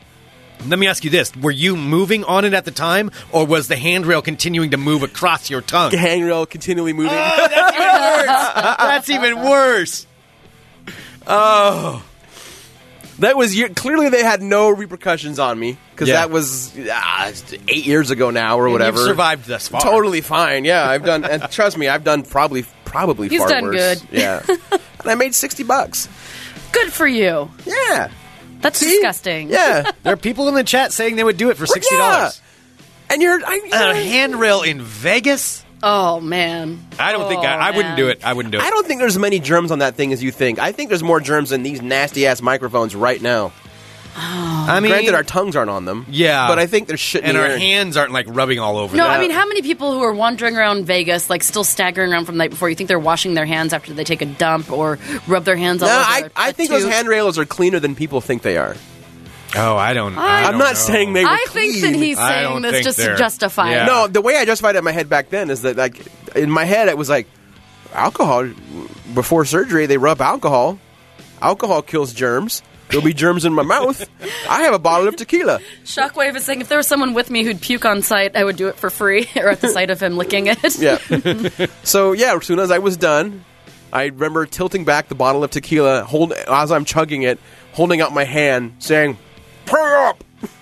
E: Let me ask you this: Were you moving on it at the time, or was the handrail continuing to move across your tongue?
G: The handrail continually moving.
E: that's even worse. That's even worse.
G: that was year- clearly they had no repercussions on me because
E: Yeah.
G: that was ah, eight years ago now or
E: You've
G: whatever.
E: survived thus far.
G: Totally fine. Yeah, I've done. And trust me, I've done probably probably
F: He's
G: far
F: done
G: worse.
F: good.
G: Yeah, and I made sixty bucks.
F: Good for you.
G: Yeah,
F: That's
G: See?
F: disgusting.
G: Yeah,
E: There are people in the chat saying they would do it for sixty dollars. Uh,
G: and you're I,
E: A handrail in Vegas?
F: Oh man.
E: I don't think
F: Oh,
E: I, I
F: man.
E: wouldn't do it. I wouldn't do it.
G: I don't think there's as many germs on that thing as you think. I think there's more germs in these nasty ass microphones right now.
E: I mean,
G: Granted, our tongues aren't on them.
E: Yeah.
G: but I think there's shit in
E: and
G: the
E: our
G: air.
E: hands aren't like rubbing all over.
F: No,
E: them.
F: I mean, how many people who are wandering around Vegas, like still staggering around from the night before, you think they're washing their hands after they take a dump or rub their hands
G: No,
F: all over
G: I,
F: their-
G: I
F: a
G: think those
F: tooth?
G: handrails are cleaner than people think they are.
E: Oh, I don't. I
F: I
E: don't
G: I'm
E: know.
G: not saying they were
F: I think that
G: clean.
F: he's
E: I
F: saying
E: don't
F: this
E: think
F: just
E: they're-
F: to justify
E: yeah.
F: it.
G: No, the way I justified it in my head back then is that like in my head it was like alcohol before surgery they rub alcohol. Alcohol kills germs. There'll be germs in my mouth. I have a bottle of tequila.
F: Shockwave is saying if there was someone with me who'd puke on sight, I would do it for free or at the sight of him licking it.
G: Yeah. so yeah, as soon as I was done, I remember tilting back the bottle of tequila, hold as I'm chugging it, holding out my hand, saying, "Pray up."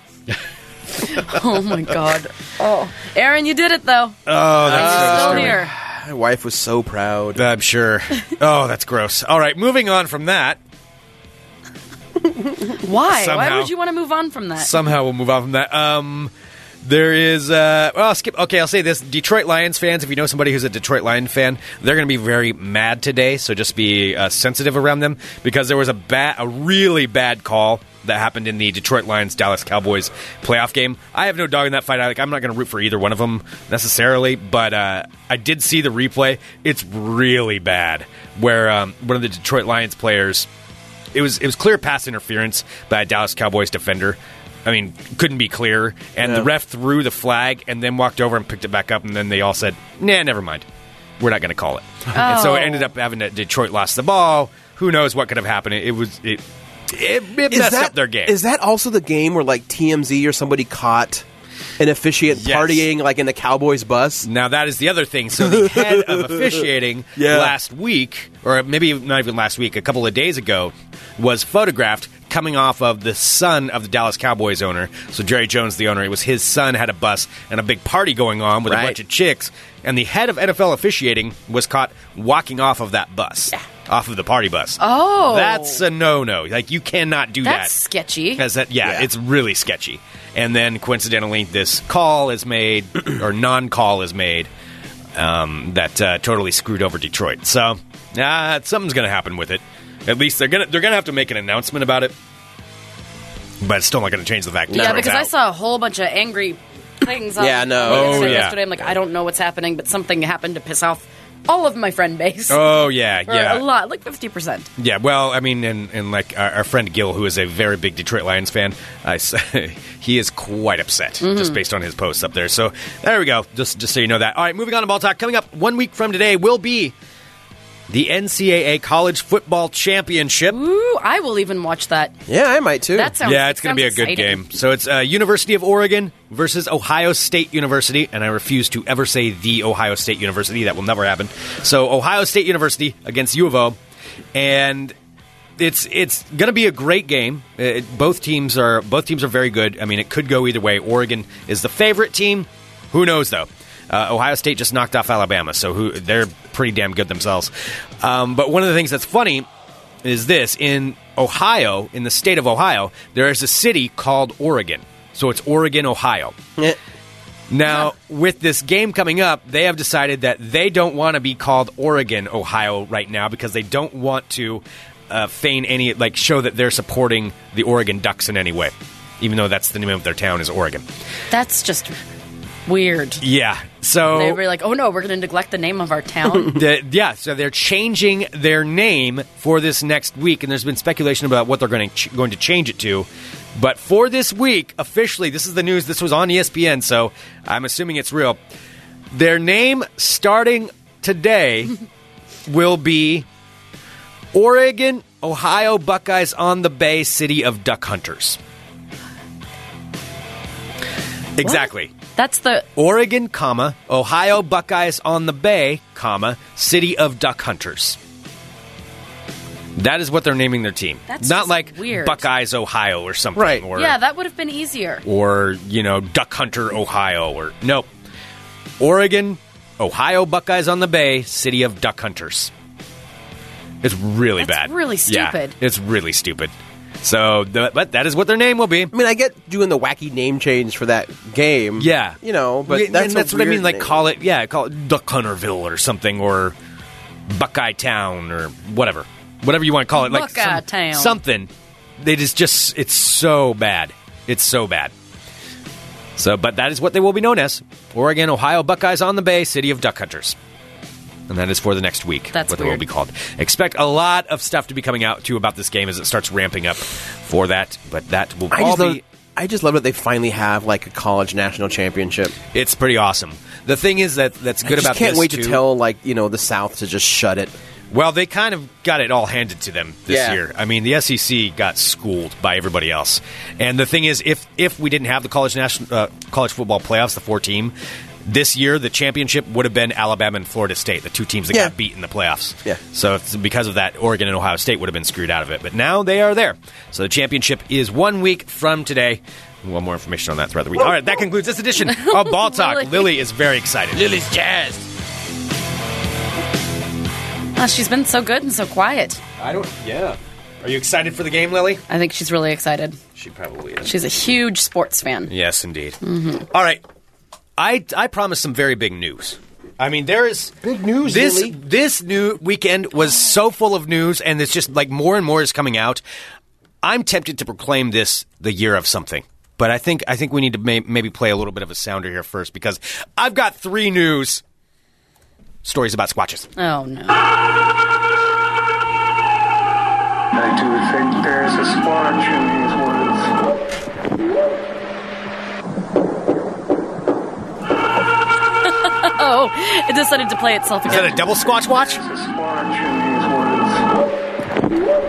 F: Oh my god. Oh, Aaron, you did it though.
E: Oh, that's so
F: Still
E: disturbing.
F: here.
G: My wife was so proud.
E: I'm sure. Oh, that's gross. All right, moving on from that.
F: Why? Why
E: Somehow.
F: would you want to move on from that?
E: Somehow we'll move on from that. Um, there is. Uh, well, I'll skip. Okay, I'll say this: Detroit Lions fans. If you know somebody who's a Detroit Lion fan, they're going to be very mad today. So just be uh, sensitive around them because there was a bad, a really bad call that happened in the Detroit Lions Dallas Cowboys playoff game. I have no dog in that fight. I, like, I'm not going to root for either one of them necessarily, but uh, I did see the replay. It's really bad. Where um, one of the Detroit Lions players it was it was clear pass interference by a Dallas Cowboys defender. I mean, couldn't be clearer. And the
G: Yeah.
E: ref threw the flag and then walked over and picked it back up, and then they all said, "Nah, never mind. We're not going to call it." And so it
F: Oh.
E: ended up having that Detroit lost the ball. Who knows what could have happened? It was it it, it messed up their game.
G: Is that also the game where like TMZ or somebody caught an officiant
E: Yes.
G: partying like in the Cowboys bus?
E: Now that is the other thing. So the head of officiating
G: Yeah.
E: last week, or maybe not even last week, a couple of days ago, was photographed coming off of the son of the Dallas Cowboys owner. So Jerry Jones, the owner, it was his son had a bus and a big party going on with a
G: Right.
E: bunch of chicks, and the head of NFL officiating was caught walking off of that bus, off of the party bus.
F: Oh.
E: that's a no-no. Like you cannot do
F: That's
E: that.
F: sketchy.
E: Because that, yeah,
G: Yeah.
E: it's really sketchy. And then coincidentally, this call is made or non-call is made um, that uh, totally screwed over Detroit. So uh, something's going to happen with it. At least they're gonna they're gonna have to make an announcement about it. But it's still not going to change the fact.
F: yeah,
E: Detroit's
F: because I
E: out.
F: saw a whole bunch of angry things on
G: Yeah, no.
F: on
E: Oh,
F: Instagram
E: yeah.
F: yesterday. I'm like, I don't know what's happening, but something happened to piss off all of my friend base.
E: Oh yeah,
F: Or
E: yeah.
F: A lot, like 50%.
E: Yeah, well, I mean, and, and like our, our friend Gil, who is a very big Detroit Lions fan, I s he is quite upset
F: Mm-hmm.
E: just based on his posts up there. So there we go. Just just so you know that. All right, moving on to ball talk. Coming up one week from today will be the NCAA College Football Championship.
F: Ooh, I will even watch that.
G: Yeah, I might too.
F: That sounds
E: yeah, it's going to be a
F: sounds
E: good
F: exciting.
E: game. So it's uh, University of Oregon versus Ohio State University, and I refuse to ever say the Ohio State University. That will never happen. So Ohio State University against U of O, and it's it's going to be a great game. Uh, It, both teams are both teams are very good. I mean, it could go either way. Oregon is the favorite team. Who knows though? Uh, Ohio State just knocked off Alabama, so who they're pretty damn good themselves. Um, but one of the things that's funny is this in Ohio, in the state of Ohio, there is a city called Oregon. So it's Oregon, Ohio.
G: Yeah.
E: Now, with this game coming up, they have decided that they don't want to be called Oregon, Ohio right now because they don't want to uh, feign any, like, show that they're supporting the Oregon Ducks in any way, even though that's the name of their town is Oregon.
F: That's just weird.
E: Yeah. So.
F: They were like, oh no, we're going to neglect the name of our town.
E: The- yeah, so they're changing their name for this next week, and there's been speculation about what they're going to ch- going to change it to. But for this week, officially, this is the news. This was on E ESPN, so I'm assuming it's real. Their name starting today will be Oregon, Ohio Buckeyes on the Bay City of Duck Hunters. Exactly.
F: That's the
E: Oregon, comma, Ohio Buckeyes on the Bay, comma, City of Duck Hunters. That is what they're naming their team.
F: That's
E: Not
F: just
E: like
F: weird.
E: Buckeyes, Ohio or something.
G: Right.
E: Or,
F: yeah. That would have been easier.
E: or, you know, Duck Hunter, Ohio or nope. Oregon, Ohio Buckeyes on the Bay, City of Duck Hunters. It's really
F: That's
E: bad.
F: really
E: Yeah,
F: stupid.
E: it's really stupid. So, th- but that is what their name will be.
G: I mean, I get doing the wacky name change for that game.
E: Yeah,
G: Mm-hmm. You know, but
E: Yeah,
G: that's,
E: and
G: a
E: that's what I
G: weird
E: mean. Like,
G: name.
E: call it yeah, call it Duck Hunterville or something, or Buckeye Town or whatever, whatever you want to call it. Like
F: Buckeye Town.
E: something. They just just it's so bad. It's so bad. So, but that is what they will be known as: Oregon, Ohio Buckeyes on the Bay, City of Duck Hunters. and that is for the next week.
F: That's
E: what it will
F: weird.
E: be called. Expect a lot of stuff to be coming out to you about this game as it starts ramping up for that. But that will
G: I
E: all
G: just
E: be.
G: love. I just love that they finally have like a college national championship.
E: It's pretty awesome. The thing is that that's good
G: I just
E: about
G: can't
E: this,
G: wait
E: too-
G: to tell like you know the South to just shut it.
E: Well, they kind of got it all handed to them this
G: Yeah.
E: year. I mean, the SEC got schooled by everybody else. And the thing is, if if we didn't have the college national uh, college football playoffs, the four team this year, the championship would have been Alabama and Florida State, the two teams that
G: Yeah.
E: got beat in the playoffs.
G: Yeah.
E: So if, because of that, Oregon and Ohio State would have been screwed out of it. But now they are there. So the championship is one week from today. One more information on that throughout the week. All right, that concludes this edition of Ball Talk.
F: Lily.
E: Lily is very excited. Lily's jazzed.
F: Ah, she's been so good and so quiet.
E: I don't. Yeah. Are you excited for the game, Lily?
F: I think she's really excited.
E: She probably is.
F: She's a huge sports fan.
E: yes, indeed. All right. I I promised some very big news. I mean, there is
G: Big news,
E: This
G: Lily.
E: this new weekend was so full of news, and it's just like more and more is coming out. I'm tempted to proclaim this the year of something, but I think I think we need to may, maybe play a little bit of a sounder here first because I've got three news stories about squatches.
F: Oh no!
H: I do think there's a splotch in these woods.
F: Oh, it decided to play itself
E: Is that
F: again.
E: a double squatch watch?
H: A splotch in these woods.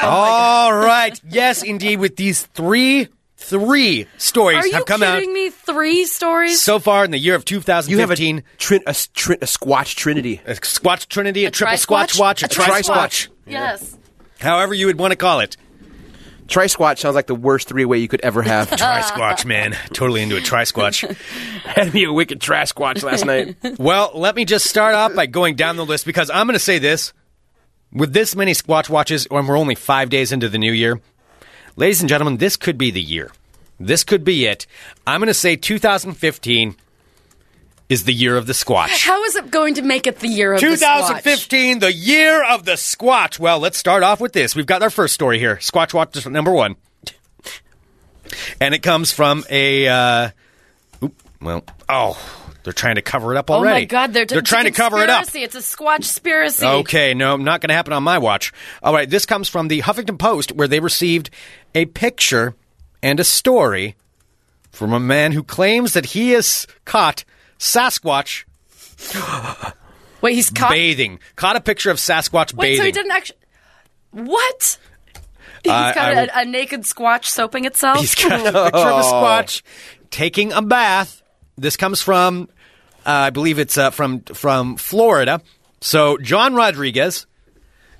F: Oh
E: All right. Yes, indeed. With these three, three stories
F: Are you
E: have come out
F: kidding me? Three stories.
E: so far in the year of 2015.
G: You have a trin- a, s- trin- a squatch trinity.
E: a squatch trinity, a, triple
F: tri-squatch?
E: squatch watch, a,
F: A
E: tri squatch,
F: tri-squatch. Yes.
E: however you would want to call it.
G: Tri squatch sounds like the worst three way you could ever have.
F: Uh.
E: Tri squatch, man. Totally into a tri squatch.
G: Had me a wicked tri squatch last night.
E: Well, let me just start off by going down the list because I'm going to say this. With this many Squatch watches, and we're only five days into the new year, ladies and gentlemen, this could be the year. This could be it. I'm going to say 2015 is the year of the Squatch.
F: How is it going to make it the year of the Squatch?
E: 2015, the year of the Squatch. Well, let's start off with this. We've got our first story here Squatch Watch number one. And it comes from a. Uh, oop, well, oh, they're trying to cover it up
F: Oh
E: already.
F: my God! They're,
E: they're trying to cover it up.
F: conspiracy. It's a Squatch conspiracy.
E: Okay, no, not going to happen on my watch. All right, this comes from the Huffington Post, where they received a picture and a story from a man who claims that he has caught Sasquatch
F: Wait, he's caught.
E: bathing. Caught a picture of Sasquatch
F: Wait,
E: bathing.
F: so he didn't actually. What? He's
E: I-
F: got
E: I-
F: a a naked Squatch soaping itself.
E: He's got a picture
G: Oh.
E: of a Squatch taking a bath. This comes from, uh, I believe it's uh, from from Florida. So John Rodriguez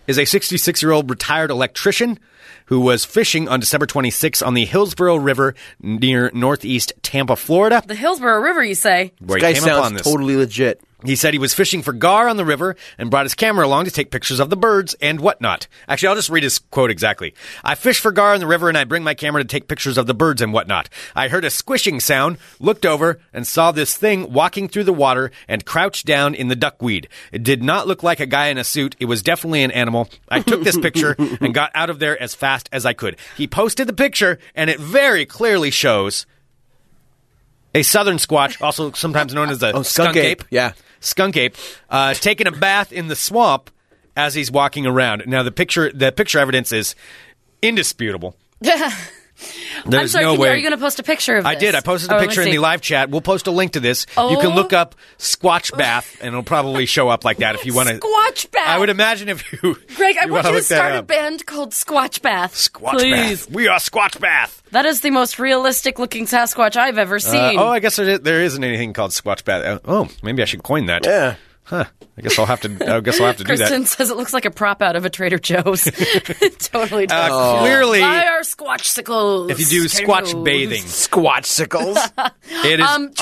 E: is a 66 year old retired electrician who was fishing on December 26 on the Hillsborough River near northeast Tampa, Florida.
F: the Hillsborough River, you say?
E: Where
G: This guy
E: he came upon
G: sounds
E: this.
G: totally legit.
E: He said he was fishing for gar on the river and brought his camera along to take pictures of the birds and whatnot. Actually, I'll just read his quote exactly. I fish for gar on the river and I bring my camera to take pictures of the birds and whatnot. I heard a squishing sound, looked over, and saw this thing walking through the water and crouched down in the duckweed. It did not look like a guy in a suit. It was definitely an animal. I took this picture and got out of there as fast as I could. He posted the picture and it very clearly shows a southern squatch, also sometimes known as a skunk,
G: Oh, skunk ape, yeah.
E: skunk ape, uh, taking a bath in the swamp as he's walking around. Now the picture, the picture evidence is indisputable. There's
F: I'm sorry.
E: no
F: can you-
E: way.
F: are you going to post a picture of
E: I
F: this?
E: did. I posted
F: Oh,
E: the
F: let me
E: picture in
F: see.
E: the live chat. We'll post a link to this. You can
F: Oh.
E: look up squatch bath, and it'll probably show up like that if you want to.
F: Squatch bath.
E: I would imagine if you,
F: Greg, I want
E: you wanna
F: you to
E: look that
F: start a
E: up.
F: band called Squatch Bath.
E: Squatch
F: Please.
E: bath. We are squatch bath.
F: That is the most realistic looking Sasquatch I've ever
E: Uh,
F: seen.
E: oh, I guess there, is- there isn't anything called squatch bath. Uh, Oh, maybe I should coin that.
G: Yeah.
E: Huh. I guess I'll have to. I guess I'll have to do that.
F: Kristen says it looks like a prop out of a Trader Joe's. It totally
E: Uh,
F: does.
E: Clearly,
F: Buy our Squatchsicles.
E: if you do squatch
F: Coos.
E: bathing,
G: Squatchicles.
E: it is
F: Um, trademark.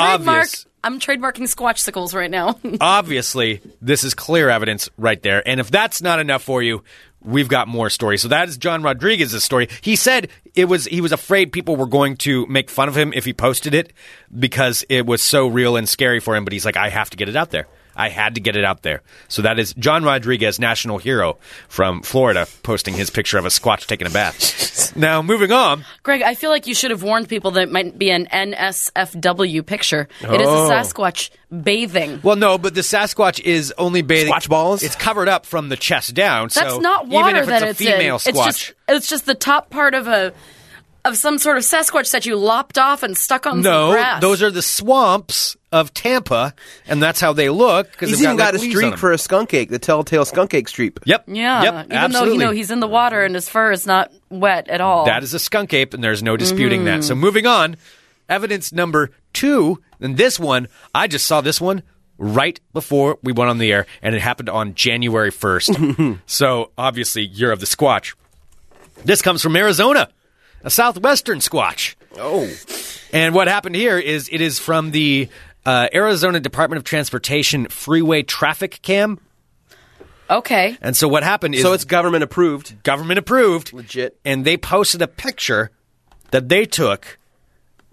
E: obvious.
F: I'm trademarking Squatchsicles right now.
E: Obviously, this is clear evidence right there. And if that's not enough for you, we've got more stories. So that is John Rodriguez's story. He said it was he was afraid people were going to make fun of him if he posted it because it was so real and scary for him. But he's like, I have to get it out there. I had to get it out there. So that is John Rodriguez, national hero from Florida, posting his picture of a squatch taking a bath. now, moving on.
F: Greg, I feel like you should have warned people that it might be an NSFW picture. It is a
E: Oh.
F: Sasquatch bathing.
E: Well, no, but the Sasquatch is only bathing.
G: Squatch balls?
E: It's covered up from the chest down.
F: That's
E: so
F: not water
E: even if
F: that
E: it's a
F: in.
E: female
F: It's
E: Squatch.
F: just it's just the top part of a of some sort of Sasquatch that you lopped off and stuck on some
E: no,
F: grass.
E: those are the swamps of Tampa, and that's how they look. 'cause
G: He's
E: they've
G: even
E: like,
G: got, a
E: leaves on
G: streak
E: them.
G: for a skunk ache, the telltale skunk ache streak.
E: Yep.
F: yeah.
E: Yep.
F: even
E: absolutely.
F: though you know he's in the water and his fur is not wet at all.
E: That is a skunk ape, and there's no disputing that.
G: Mm.
E: So moving on, evidence number two, and this one, I just saw this one right before we went on the air, and it happened on January 1st. so obviously, you're of the Squatch. This comes from Arizona, a southwestern Squatch.
G: Oh.
E: And what happened here is it is from the uh, Arizona Department of Transportation Freeway Traffic Cam.
F: okay.
E: And so what happened is
G: So it's government approved.
E: government approved.
G: Legit.
E: And they posted a picture that they took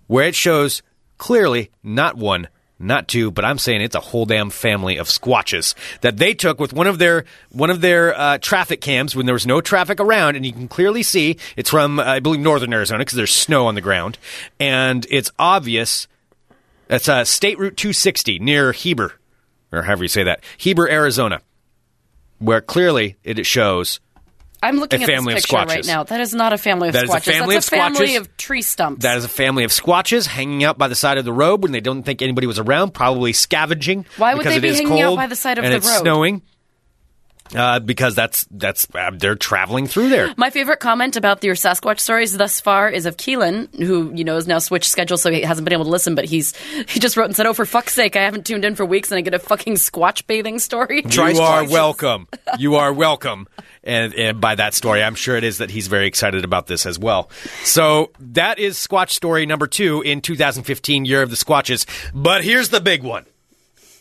E: where it shows clearly not one, not two, but I'm saying it's a whole damn family of squatches that they took with one of their one of their uh, traffic cams when there was no traffic around, and you can clearly see it's from I believe northern Arizona because there's snow on the ground, and it's obvious. That's uh, State Route 260 near Heber, or however you say that, Heber, Arizona, where clearly it shows
F: I'm looking
E: A
F: at this
E: family of
F: picture right
E: squatches.
F: now. That is not a family of
E: That is a
F: squatches.
E: family
F: That's
E: of
F: a family
E: squatches.
F: of tree stumps.
E: That is a family of squatches hanging out by the side of the road when they don't think anybody was around, probably scavenging.
F: Why would
E: because
F: they
E: it
F: be
E: is
F: hanging out
E: cold
F: by the side of
E: and
F: the
E: it's
F: road?
E: Snowing. Uh, because that's that's uh, they're traveling through there.
F: My favorite comment about your Sasquatch stories thus far is of Keelan, who you know has now switched schedules, so he hasn't been able to listen. But he's he just wrote and said, "Oh, for fuck's sake, I haven't tuned in for weeks, and I get a fucking Squatch bathing story."
E: you are welcome. You are welcome. And, and by that story, I'm sure it is that he's very excited about this as well. So that is Squatch story number two in 2015, Year of the Squatches. But here's the big one.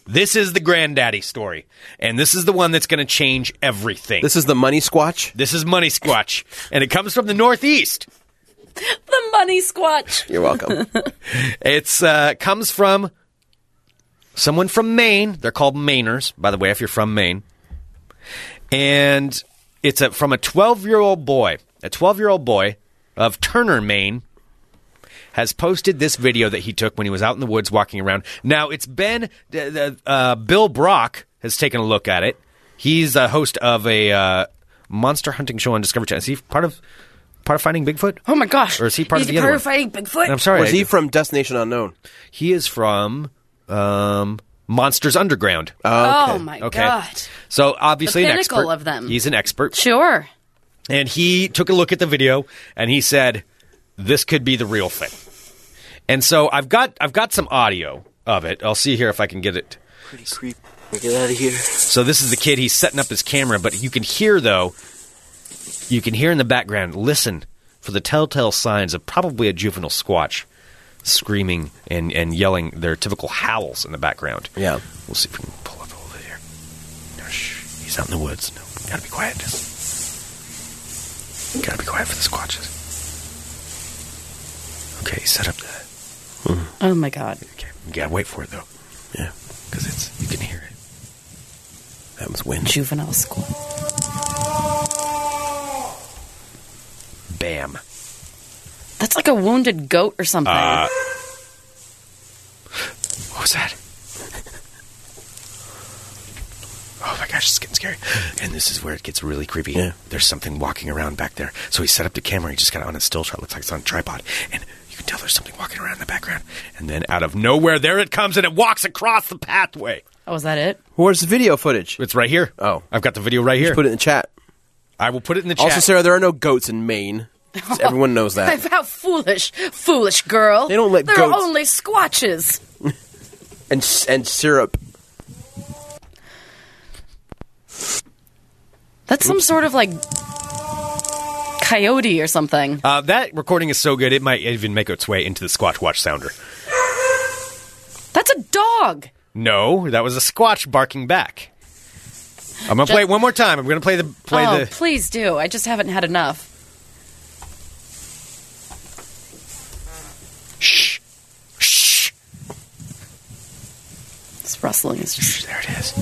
E: This is the granddaddy story, and this is the one that's going to change everything.
G: This is the money squatch.
E: This is Money Squatch, and it comes from the Northeast.
F: the money Squatch.
G: You're welcome.
E: It's uh, comes from someone from Maine. They're called Mainers, by the way, if you're from Maine. And it's a, from a 12 year old boy. A 12 year old boy of Turner, Maine, has posted this video that he took when he was out in the woods walking around. Now, it's been uh, uh, Bill Brock has taken a look at it. He's a host of a uh, monster hunting show on Discovery Channel. Is he part of part of Finding Bigfoot?
F: Oh my gosh!
E: Or is he part
F: He's
E: of the other
F: part
E: one?
F: of fighting Bigfoot?
E: I'm sorry.
G: Was
E: I-
G: he from Destination Unknown?
E: He is from um, Monsters Underground.
I: Uh,
F: Oh my
E: okay.
F: god!
E: So obviously,
F: The
E: an
F: pinnacle
E: expert.
F: of them.
E: He's an expert,
F: Sure.
E: and he took a look at the video and he said, "This could be the real thing." And so I've got I've got some audio of it. I'll see here if I can get it.
I: Get out of here.
E: So this is the kid. He's setting up his camera, but you can hear though. You can hear in the background. Listen for the telltale signs of probably a juvenile squatch, screaming and and yelling their typical howls in the background.
G: Yeah.
E: We'll see if we can pull up over here. No, shh. He's out in the woods. No, gotta be quiet. Gotta be quiet for the squatches. Okay, set up the.
F: Oh my god!
E: Okay, you gotta wait for it though,
G: Yeah.
E: because it's you can hear it.
G: That was wind.
F: Juvenile Squatch.
E: Bam.
F: That's like a wounded goat or something.
E: Uh, What was that? Oh my gosh, it's getting scary. And this is where it gets really creepy.
G: Yeah.
E: There's something walking around back there. So he set up the camera, he just got it on a still shot, looks like it's on a tripod. And you can tell there's something walking around in the background. And then out of nowhere, there it comes and it walks across the pathway.
F: oh, is that it?
G: Where's the video footage?
E: It's right here.
G: Oh.
E: I've got the video right here.
G: Put it in the chat.
E: I will put it in the chat.
G: Also, Sarah, there are no goats in Maine. Everyone knows that.
F: How foolish, foolish girl!
G: They don't let
F: They're
G: goats-
F: only Squatches.
G: And s- and syrup.
F: That's some sort of like coyote or something.
E: Uh, that recording is so good, it might even make its way into the Squatch Watch sounder.
F: That's a dog.
E: No, that was a Squatch barking back. I'm gonna play it one more time. I'm gonna play the play
F: oh,
E: the.
F: please do. I just haven't had enough.
E: Shh. Shh.
F: It's rustling. It's just,
E: There it is.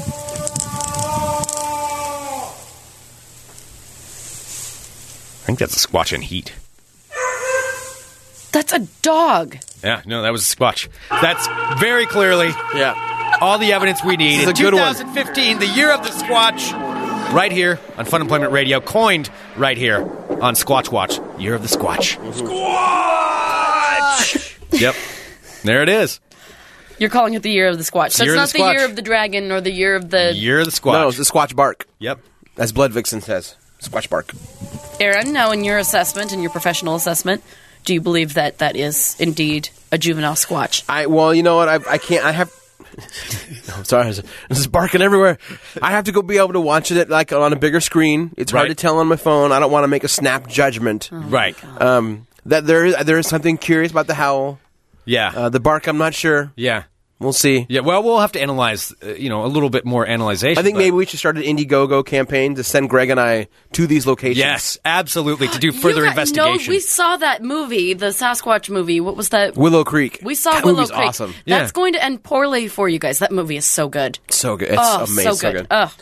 E: I think that's a squatch in heat.
F: that's a dog.
E: Yeah, no, that was a squatch. That's very clearly
G: Yeah.
E: all the evidence we need.
G: This is
E: in
G: a good one.
E: 2015, the year of the Squatch, right here on Fun Employment Radio, coined right here on Squatch Watch, year of the Squatch. Squatch. yep, there it is.
F: You're calling it the year of the squatch. That's
E: Year of
F: not
E: the
F: the,
E: Squatch.
F: year of the dragon or the year of the
E: Year of the Squatch.
G: No, it's a squatch bark.
E: Yep.
G: As Blood Vixen says, squatch bark.
F: Aaron. Now, in your assessment, in your professional assessment, do you believe that that is indeed a juvenile squatch?
G: I well, you know what? I, I can't. I have. I'm sorry, this is barking everywhere. I have to go be able to watch it like on a bigger screen. It's
E: Right.
G: hard to tell on my phone. I don't want to make a snap
F: Oh,
G: judgment.
E: Right.
G: Um, that there is there is something curious about the howl,
E: Yeah.
G: uh, the bark. I'm not sure.
E: yeah.
G: We'll see.
E: Yeah. Well, we'll have to analyze, uh, you know, a little bit more analyzation.
G: I think
E: but-
G: maybe we should start an Indiegogo campaign to send Greg and I to these locations.
E: Yes, absolutely. To do further
F: You got-
E: investigation.
F: No, we saw that movie, the Sasquatch movie. What was that?
G: Willow Creek.
F: we saw
G: that
F: Willow
G: movie's
F: Creek.
G: Awesome.
F: That's
E: Yeah.
F: going to end poorly for you guys. That movie is so good.
G: So good. It's
F: oh,
G: amazing.
F: so good. Oh.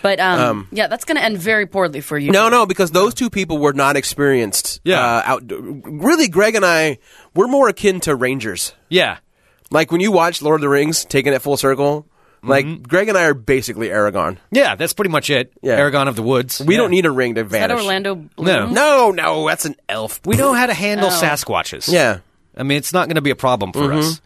F: But um, yeah, that's going to end very poorly for you.
G: No, no, because those two people were not experienced.
E: Yeah.
G: Uh, out, really, Greg and I, we're more akin to rangers.
E: yeah.
G: Like when you watch Lord of the Rings, taking it full circle,
E: Mm-hmm.
G: like Greg and I are basically Aragon.
E: Yeah. That's pretty much it.
G: Yeah.
E: Aragon of the Woods.
G: We
E: Yeah.
G: don't need a ring to
F: Is that
G: vanish.
F: Orlando Bloom?
E: No.
G: No, no, that's an elf.
E: We know how to handle
F: Oh.
E: Sasquatches.
G: Yeah. Mm-hmm.
E: I mean, it's not going to be a problem for us.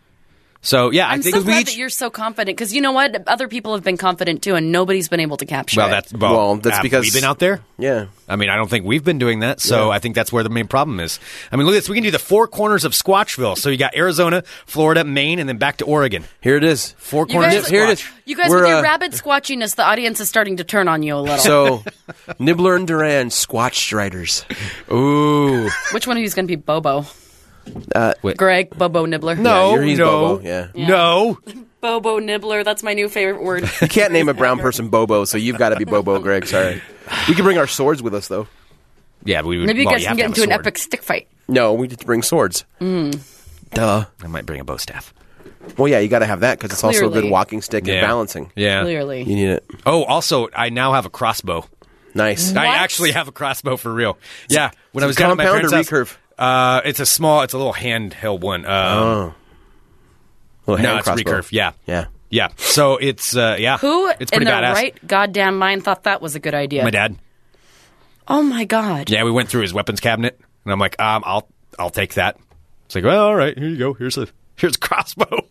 E: So yeah, i
F: I'm
E: think
F: so glad
E: we
F: that
E: each.
F: you're so confident because you know what? Other people have been confident too, and nobody's been able to capture
E: Well,
F: it.
E: that's well,
G: Well, that's
E: have
G: because-
E: we've been out there.
G: Yeah.
E: I mean, I don't think we've been doing that, so
G: Yeah.
E: I think that's where the main problem is. I mean, look at this. We can do the four corners of Squatchville. So you got Arizona, Florida, Maine, and then back to Oregon.
G: Here it is.
E: Four
F: You
E: corners
F: guys,
E: of
G: here it
E: Squatch.
G: is.
F: You guys
G: We're,
F: with your
G: uh,
F: rabid squatchiness, the audience is starting to turn on you a little.
G: So, Nibbler and Duran, Squatch Striders.
E: Ooh,
F: Which one of you is going to be Bobo? Greg, Bobo Nibbler.
E: Uh, no,
G: you're- he's
E: no,
G: Bobo, yeah.
E: no.
F: Bobo Nibbler. That's my new favorite word.
G: You can't name a brown person Bobo, so you've got to be Bobo, Greg. Sorry. We can bring our swords with us, though.
E: Yeah, we would.
F: Maybe you
E: well,
F: guys can
E: have to
F: get
E: have
F: into
E: a
F: an
E: sword. Uh,
F: epic stick fight.
G: No, we need to bring swords.
F: Mm.
G: Duh.
E: I might bring a bow staff.
G: Well, yeah, you got to have that because it's also a good
F: Clearly.
G: walking stick and balancing.
E: Yeah.
G: You
F: Clearly.
G: need it.
E: Oh, also, I now have a crossbow.
G: Nice.
E: I
F: What?
E: actually have a crossbow for real. Yeah, when
G: it's
E: I
G: a
E: was down at my
G: compound
E: parents'
G: or
E: house-
G: recurve?
E: Uh, it's a small, it's a little handheld one. Uh,
G: Oh. Little
E: no,
G: hand
E: it's
G: crossbow.
E: recurve. Yeah,
G: Yeah.
E: yeah. So it's uh, yeah.
F: Who
E: It's
F: in
E: pretty
F: their
E: badass.
F: right goddamn mind thought that was a good idea?
E: My dad.
F: Oh my god.
E: Yeah, we went through his weapons cabinet, and I'm like, um, I'll I'll take that. It's like, well, all right, here you go. Here's a here's a crossbow.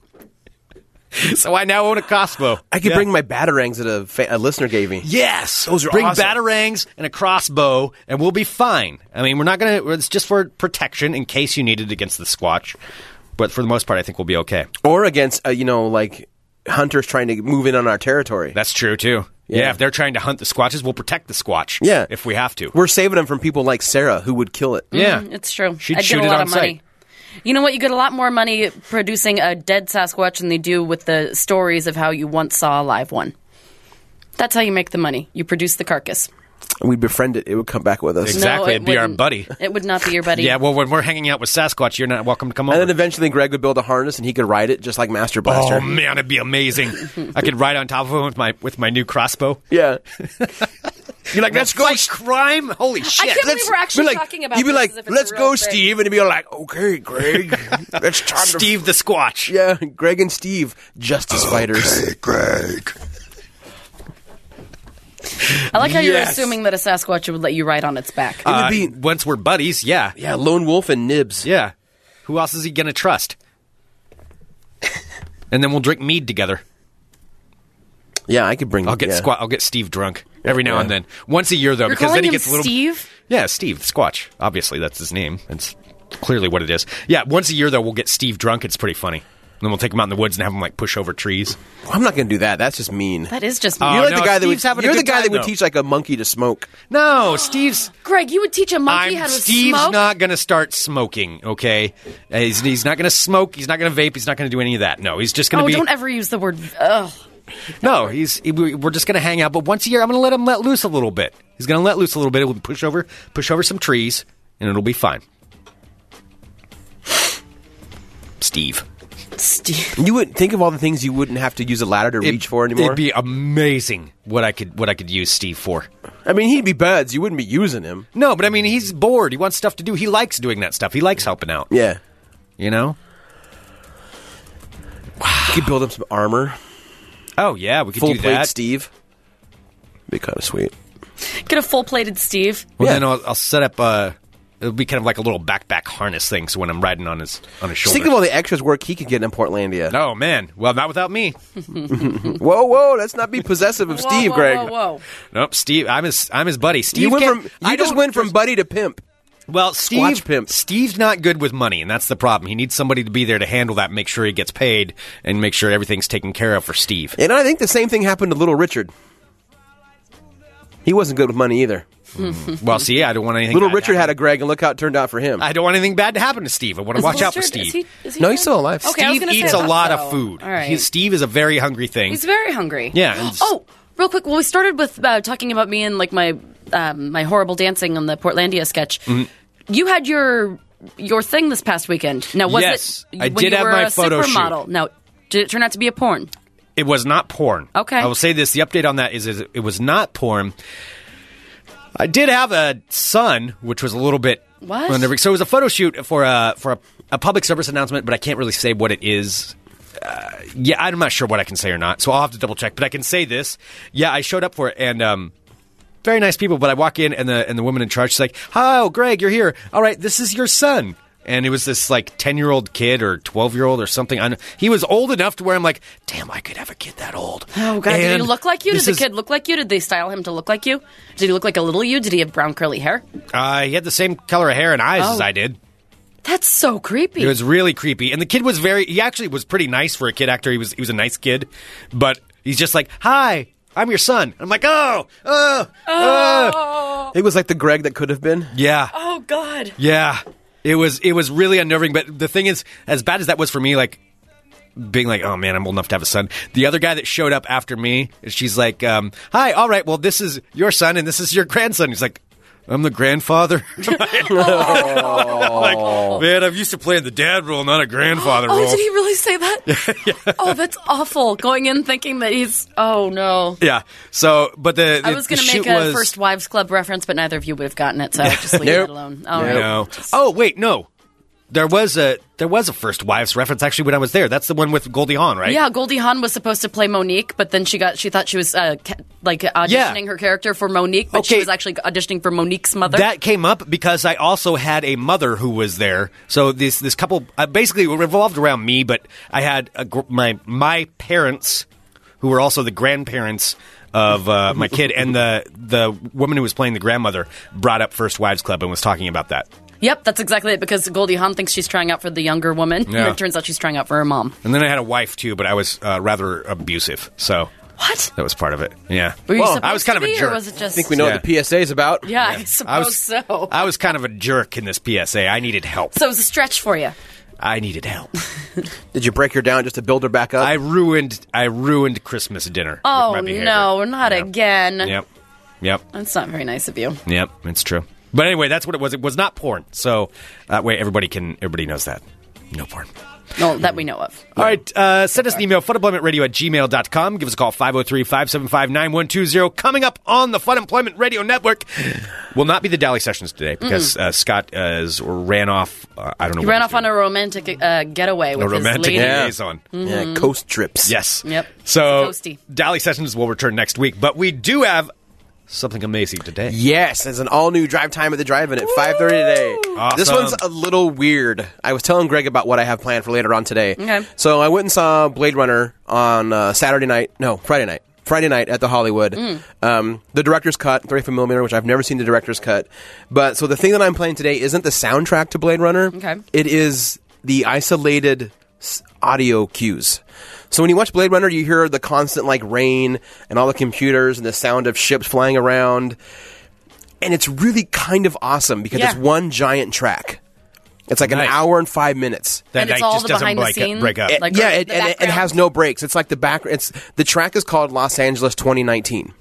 E: so I now own a crossbow.
G: I could
E: Yeah.
G: bring my batarangs that a, fa- a listener gave me.
E: Yes,
G: Those are
E: bring
G: awesome.
E: batarangs and a crossbow, and we'll be fine. I mean, we're not gonna. It's just for protection in case you need it against the Squatch. But for the most part, I think we'll be okay.
G: Or against, uh, you know, like hunters trying to move in on our territory.
E: That's true too. Yeah.
G: Yeah.
E: if they're trying to hunt the Squatches, we'll protect the Squatch.
G: Yeah.
E: if we have to.
G: We're saving them from people like Sarah who would kill it.
E: yeah,
F: Mm-hmm. Mm, It's true.
E: She'd
F: I'd
E: shoot
F: get a
E: it
F: lot
E: on
F: of money.
E: sight.
F: You know what? You get a lot more money producing a dead Sasquatch than they do with the stories of how you once saw a live one. That's how you make the money. You produce the carcass.
G: We'd befriend it. It would come back with us.
E: Exactly.
F: No, it
E: It'd be our
F: wouldn't.
E: buddy.
F: It would not be your buddy.
E: Yeah, well, when we're hanging out with Sasquatch, you're not welcome to come
G: And
E: over.
G: then eventually Greg would build a harness and he could ride it just like Master Blaster.
E: oh man, it'd be amazing. I could ride on top of him with my with my new crossbow.
G: Yeah. You're like, let's go.
E: Fight crime! Holy shit!
F: can't believe
E: Let's-
F: we're actually
G: Be like-
F: talking about
G: You'd be
F: this
G: like,
F: as if it's a
G: let's
F: real
G: go,
F: thing.
G: Steve. And he'd be like, okay, Greg. it's time to
E: Steve the Squatch.
G: Yeah, Greg and Steve, Justice Fighters.
A: Greg.
F: I like how you're
E: Yes.
F: assuming that a Sasquatch would let you ride on its back.
G: would
E: Uh,
G: be-
E: once we're buddies, yeah,
G: Yeah, Lone Wolf and Nibs.
E: yeah. Who else is he gonna trust? and then we'll drink mead together.
G: Yeah, I could bring.
E: I'll get
G: yeah.
E: squat. I'll get Steve drunk every now
G: Yeah.
E: and then, once a year though,
F: you're
E: because
F: calling
E: then he
F: him
E: gets a little.
F: Steve.
E: Yeah, Steve Squatch. Obviously, that's his name. It's clearly what it is. Yeah, once a year though, we'll get Steve drunk. It's pretty funny. And then we'll take him out in the woods and have him like push over trees.
G: I'm not going to do that. That's just mean.
F: That is just
E: Oh,
G: you're like
E: no,
G: the guy
E: Steve's
G: that
E: having
G: would,
E: a
G: you're the
E: good
G: guy
E: time,
G: that would
E: though.
G: teach like a monkey to smoke.
E: No, Steve's.
F: Greg. You would teach a monkey
E: I'm
F: how to
E: Steve's
F: smoke.
E: not going to start smoking. Okay, Uh, he's, he's not going to smoke. He's not going to vape. He's not going to do any of that. No, he's just going to
F: oh,
E: be.
F: don't ever use the word. Ugh.
E: no, he's. he- we- We're just going to hang out. But once a year, I'm going to let him let loose a little bit. He's going to let loose a little bit. We'll push over, push over some trees, and it'll be fine. Steve.
F: Steve.
G: You would think of all the things you wouldn't have to use a ladder to reach for anymore.
E: It'd be amazing what I could what I could use Steve for.
G: I mean, he'd be buds. You wouldn't be using him.
E: No, but I mean, he's bored. He wants stuff to do. He likes doing that stuff. He likes helping out.
G: Yeah,
E: You know?
G: you could build him some armor.
E: Oh yeah, we could
G: Full
E: do
G: plate,
E: that.
G: Steve. Be kind of sweet.
F: Get a full plated Steve.
E: Well,
G: Yeah.
E: then I'll, I'll set up a. It'll be kind of like a little backpack harness thing. So when I'm riding on his on his
G: Just
E: shoulder.
G: think of all the extras work he could get in Portlandia.
E: oh man, well not without me.
G: Whoa, whoa, let's not be possessive of Steve,
F: whoa,
G: Greg.
F: Whoa, whoa.
E: Nope, Steve. I'm his I'm his buddy. Steve
G: You went
E: can't-
G: from you
E: I
G: just
E: don't-
G: went from buddy to pimp.
E: Well, Steve,
G: pimp.
E: Steve's not good with money, and that's the problem. He needs somebody to be there to handle that, make sure he gets paid, and make sure everything's taken care of for Steve.
G: And I think the same thing happened to Little Richard. He wasn't good with money either.
E: Well, see, I don't want anything.
G: Little
E: bad to
G: Richard had
E: happen.
G: a Greg, and look how it turned out for him.
E: I don't want anything bad to happen to Steve. I want to watch out for
F: Richard, is
E: Steve.
F: he- is he
G: No, he's
F: dead?
G: still alive.
F: Okay, I was
E: Steve
F: gonna say,
E: eats
F: I
E: a
F: thought
E: lot
F: so.
E: of food.
F: All right.
E: He- Steve is a very hungry thing.
F: He's very hungry.
E: Yeah, and s-
F: oh, real quick. Well, we started with uh, talking about me and like my um, my horrible dancing on the Portlandia sketch.
E: Mm-hmm.
F: You had your your thing this past weekend. Now was
E: Yes,
F: it?
E: I
F: when
E: did
F: you
E: have
F: were
E: my
F: a
E: photo shoot.
F: supermodel. Now, did it turn out to be a porn?
E: It was not porn.
F: Okay.
E: I will say this. The update on that is, is it was not porn. I did have a son, which was a little bit.
F: What?
E: under- So it was a photo shoot for a for a, a public service announcement, but I can't really say what it is. Uh, yeah, I'm not sure what I can say or not, so I'll have to double check. But I can say this. Yeah, I showed up for it, and um, very nice people. But I walk in, and the and the woman in charge is like, "Oh, Greg, you're here. All right, this is your son." And it was this like ten year old kid or twelve year old or something. I know, he was old enough to where I'm like, "Damn, I could have a kid that old."
F: Oh God! did
E: And
F: he look like you? Did
E: this
F: the
E: is-
F: kid look like you? Did they style him to look like you? Did he look like a little you? Did he have brown curly hair?
E: Uh, he had the same color of hair and eyes as
F: Oh.
E: I did.
F: That's so creepy.
E: It was really creepy. And the kid was very. He actually was pretty nice for a kid actor. He was he was a nice kid, but he's just like, "Hi, I'm your son." I'm like, "Oh, oh, oh."
G: It was like the Greg that could have been.
E: yeah."
F: oh God!
E: Yeah, it was it was really unnerving. But the thing is, as bad as that was for me, like being like, oh man, I'm old enough to have a son. The other guy that showed up after me, she's like, um, hi, all right, well, this is your son and this is your grandson. He's like. I'm the grandfather. like, man, I'm used to playing the dad role, not a grandfather
F: Oh,
E: role.
F: did he really say that? Oh, that's awful. Going in thinking that he's. Oh no.
E: yeah. So, but the, the
F: I was going
E: the
F: to make
E: shoot
F: a
E: was,
F: First Wives Club reference, but neither of you would have gotten it, so I just leave
G: Nope.
F: it alone. All right.
E: No. Oh wait, no. There was a there was a first wives reference actually when I was there. That's the one with Goldie Hawn, right?
F: Yeah, Goldie Hawn was supposed to play Monique, but then she got she thought she was uh, ca- like auditioning her character for Monique, but
E: Okay.
F: she was actually auditioning for Monique's mother.
E: That came up because I also had a mother who was there. So this this couple uh, basically it revolved around me, but I had a, gr- my my parents who were also the grandparents of uh, my kid and the the woman who was playing the grandmother brought up First Wives Club and was talking about that.
F: yep, that's exactly it because Goldie Hawn thinks she's trying out for the younger woman,
E: Yeah.
F: and it turns out she's trying out for her mom.
E: And then I had a wife too, but I was uh, rather abusive. So
F: What?
E: that was part of it. Yeah.
F: Were you
E: I
F: supposed
E: was kind
F: to
E: of a
F: be,
E: jerk.
F: Or was it just?
G: I think we know
E: Yeah.
G: what the PSA is about.
F: yeah, I suppose
E: I was
F: so.
E: I was kind of a jerk in this PSA. I needed help.
F: so it was a stretch for you.
E: I needed help.
G: Did you break her down just to build her back up?
E: I ruined I ruined Christmas dinner.
F: Oh
E: with my behavior.
F: no, not again.
E: Yep. Yep.
F: That's not very nice of you.
E: Yep. It's true. But anyway, that's what it was. It was not porn. So that way everybody can everybody knows that. No porn.
F: No, that we know of.
E: All right. Uh, send us an email, funemploymentradio at gmail.com. Give us a call, 503 575 9120. Coming up on the Fun Employment Radio Network will not be the Dally Sessions today because uh, Scott uh, is, ran off. Uh, I don't know.
F: He
E: what
F: ran
E: he's
F: off on
E: doing.
F: a romantic uh, getaway with
E: a romantic
F: his lady.
G: Yeah.
E: liaison.
G: Yeah, coast trips.
E: Yes.
F: Yep.
E: So
F: It's a toasty.
E: Dally Sessions will return next week, but we do have something amazing today.
G: Yes, there's an all new drive time at the drive-in at 5:30 today. This
E: Awesome.
G: one's a little weird. I was telling Greg about what I have planned for later on today.
F: Okay.
G: So I went and saw Blade Runner on uh, Saturday night. No, Friday night. Friday night at the Hollywood.
F: Mm.
G: Um, the director's cut, 35 millimeter, which I've never seen the director's cut. But so the thing that I'm playing today isn't the soundtrack to Blade Runner.
F: Okay.
G: It is the isolated s- audio cues. So when you watch Blade Runner, you hear the constant like rain and all the computers and the sound of ships flying around and it's really kind of awesome because it's
F: Yeah.
G: one giant track. It's like
E: Nice.
G: an hour and five minutes.
E: That
F: And it's
E: night
F: all
E: just
F: the
E: doesn't
F: behind the
E: break,
F: scenes,
E: break up.
F: like-
G: It- yeah,
F: the
G: it, and, it- it
F: background.
G: has no breaks. It's like the back. It's the track is called Los Angeles 2019,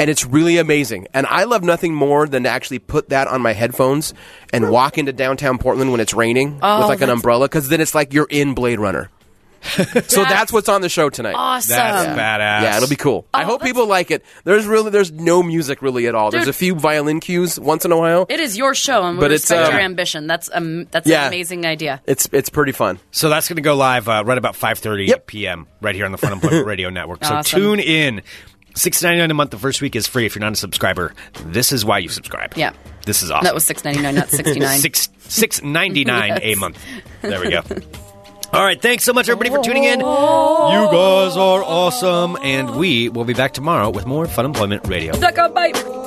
G: and it's really amazing. And I love nothing more than to actually put that on my headphones
F: Hmm.
G: and walk into downtown Portland when it's raining
F: Oh,
G: with like an umbrella, because then it's like you're in Blade Runner. so that's what's on the show tonight.
F: Awesome.
E: That's badass.
G: Yeah, it'll be cool. I
F: Oh,
G: hope
F: that's-
G: people like it. There's really there's no music really at all. There's
F: Dude.
G: a few violin cues once in a while.
F: It is your show, and we
G: But it's,
F: respect
G: uh,
F: your ambition. That's um, that's
G: Yeah.
F: an amazing idea.
G: It's it's pretty fun.
E: So that's going to go live uh, right about 5.30
G: Yep.
E: p.m. right here on the Fun Employment Radio Network. So
F: Awesome.
E: tune in. Six ninety nine a month. The first week is free. If you're not a subscriber, this is why you subscribe.
F: Yeah.
E: This is awesome.
F: That was six ninety nine, not sixty nine.
E: Six six ninety nine a month. There we go. All right, thanks so much everybody for tuning in. You guys are awesome, and we will be back tomorrow with more Fun Employment Radio.
F: Duck up, bite.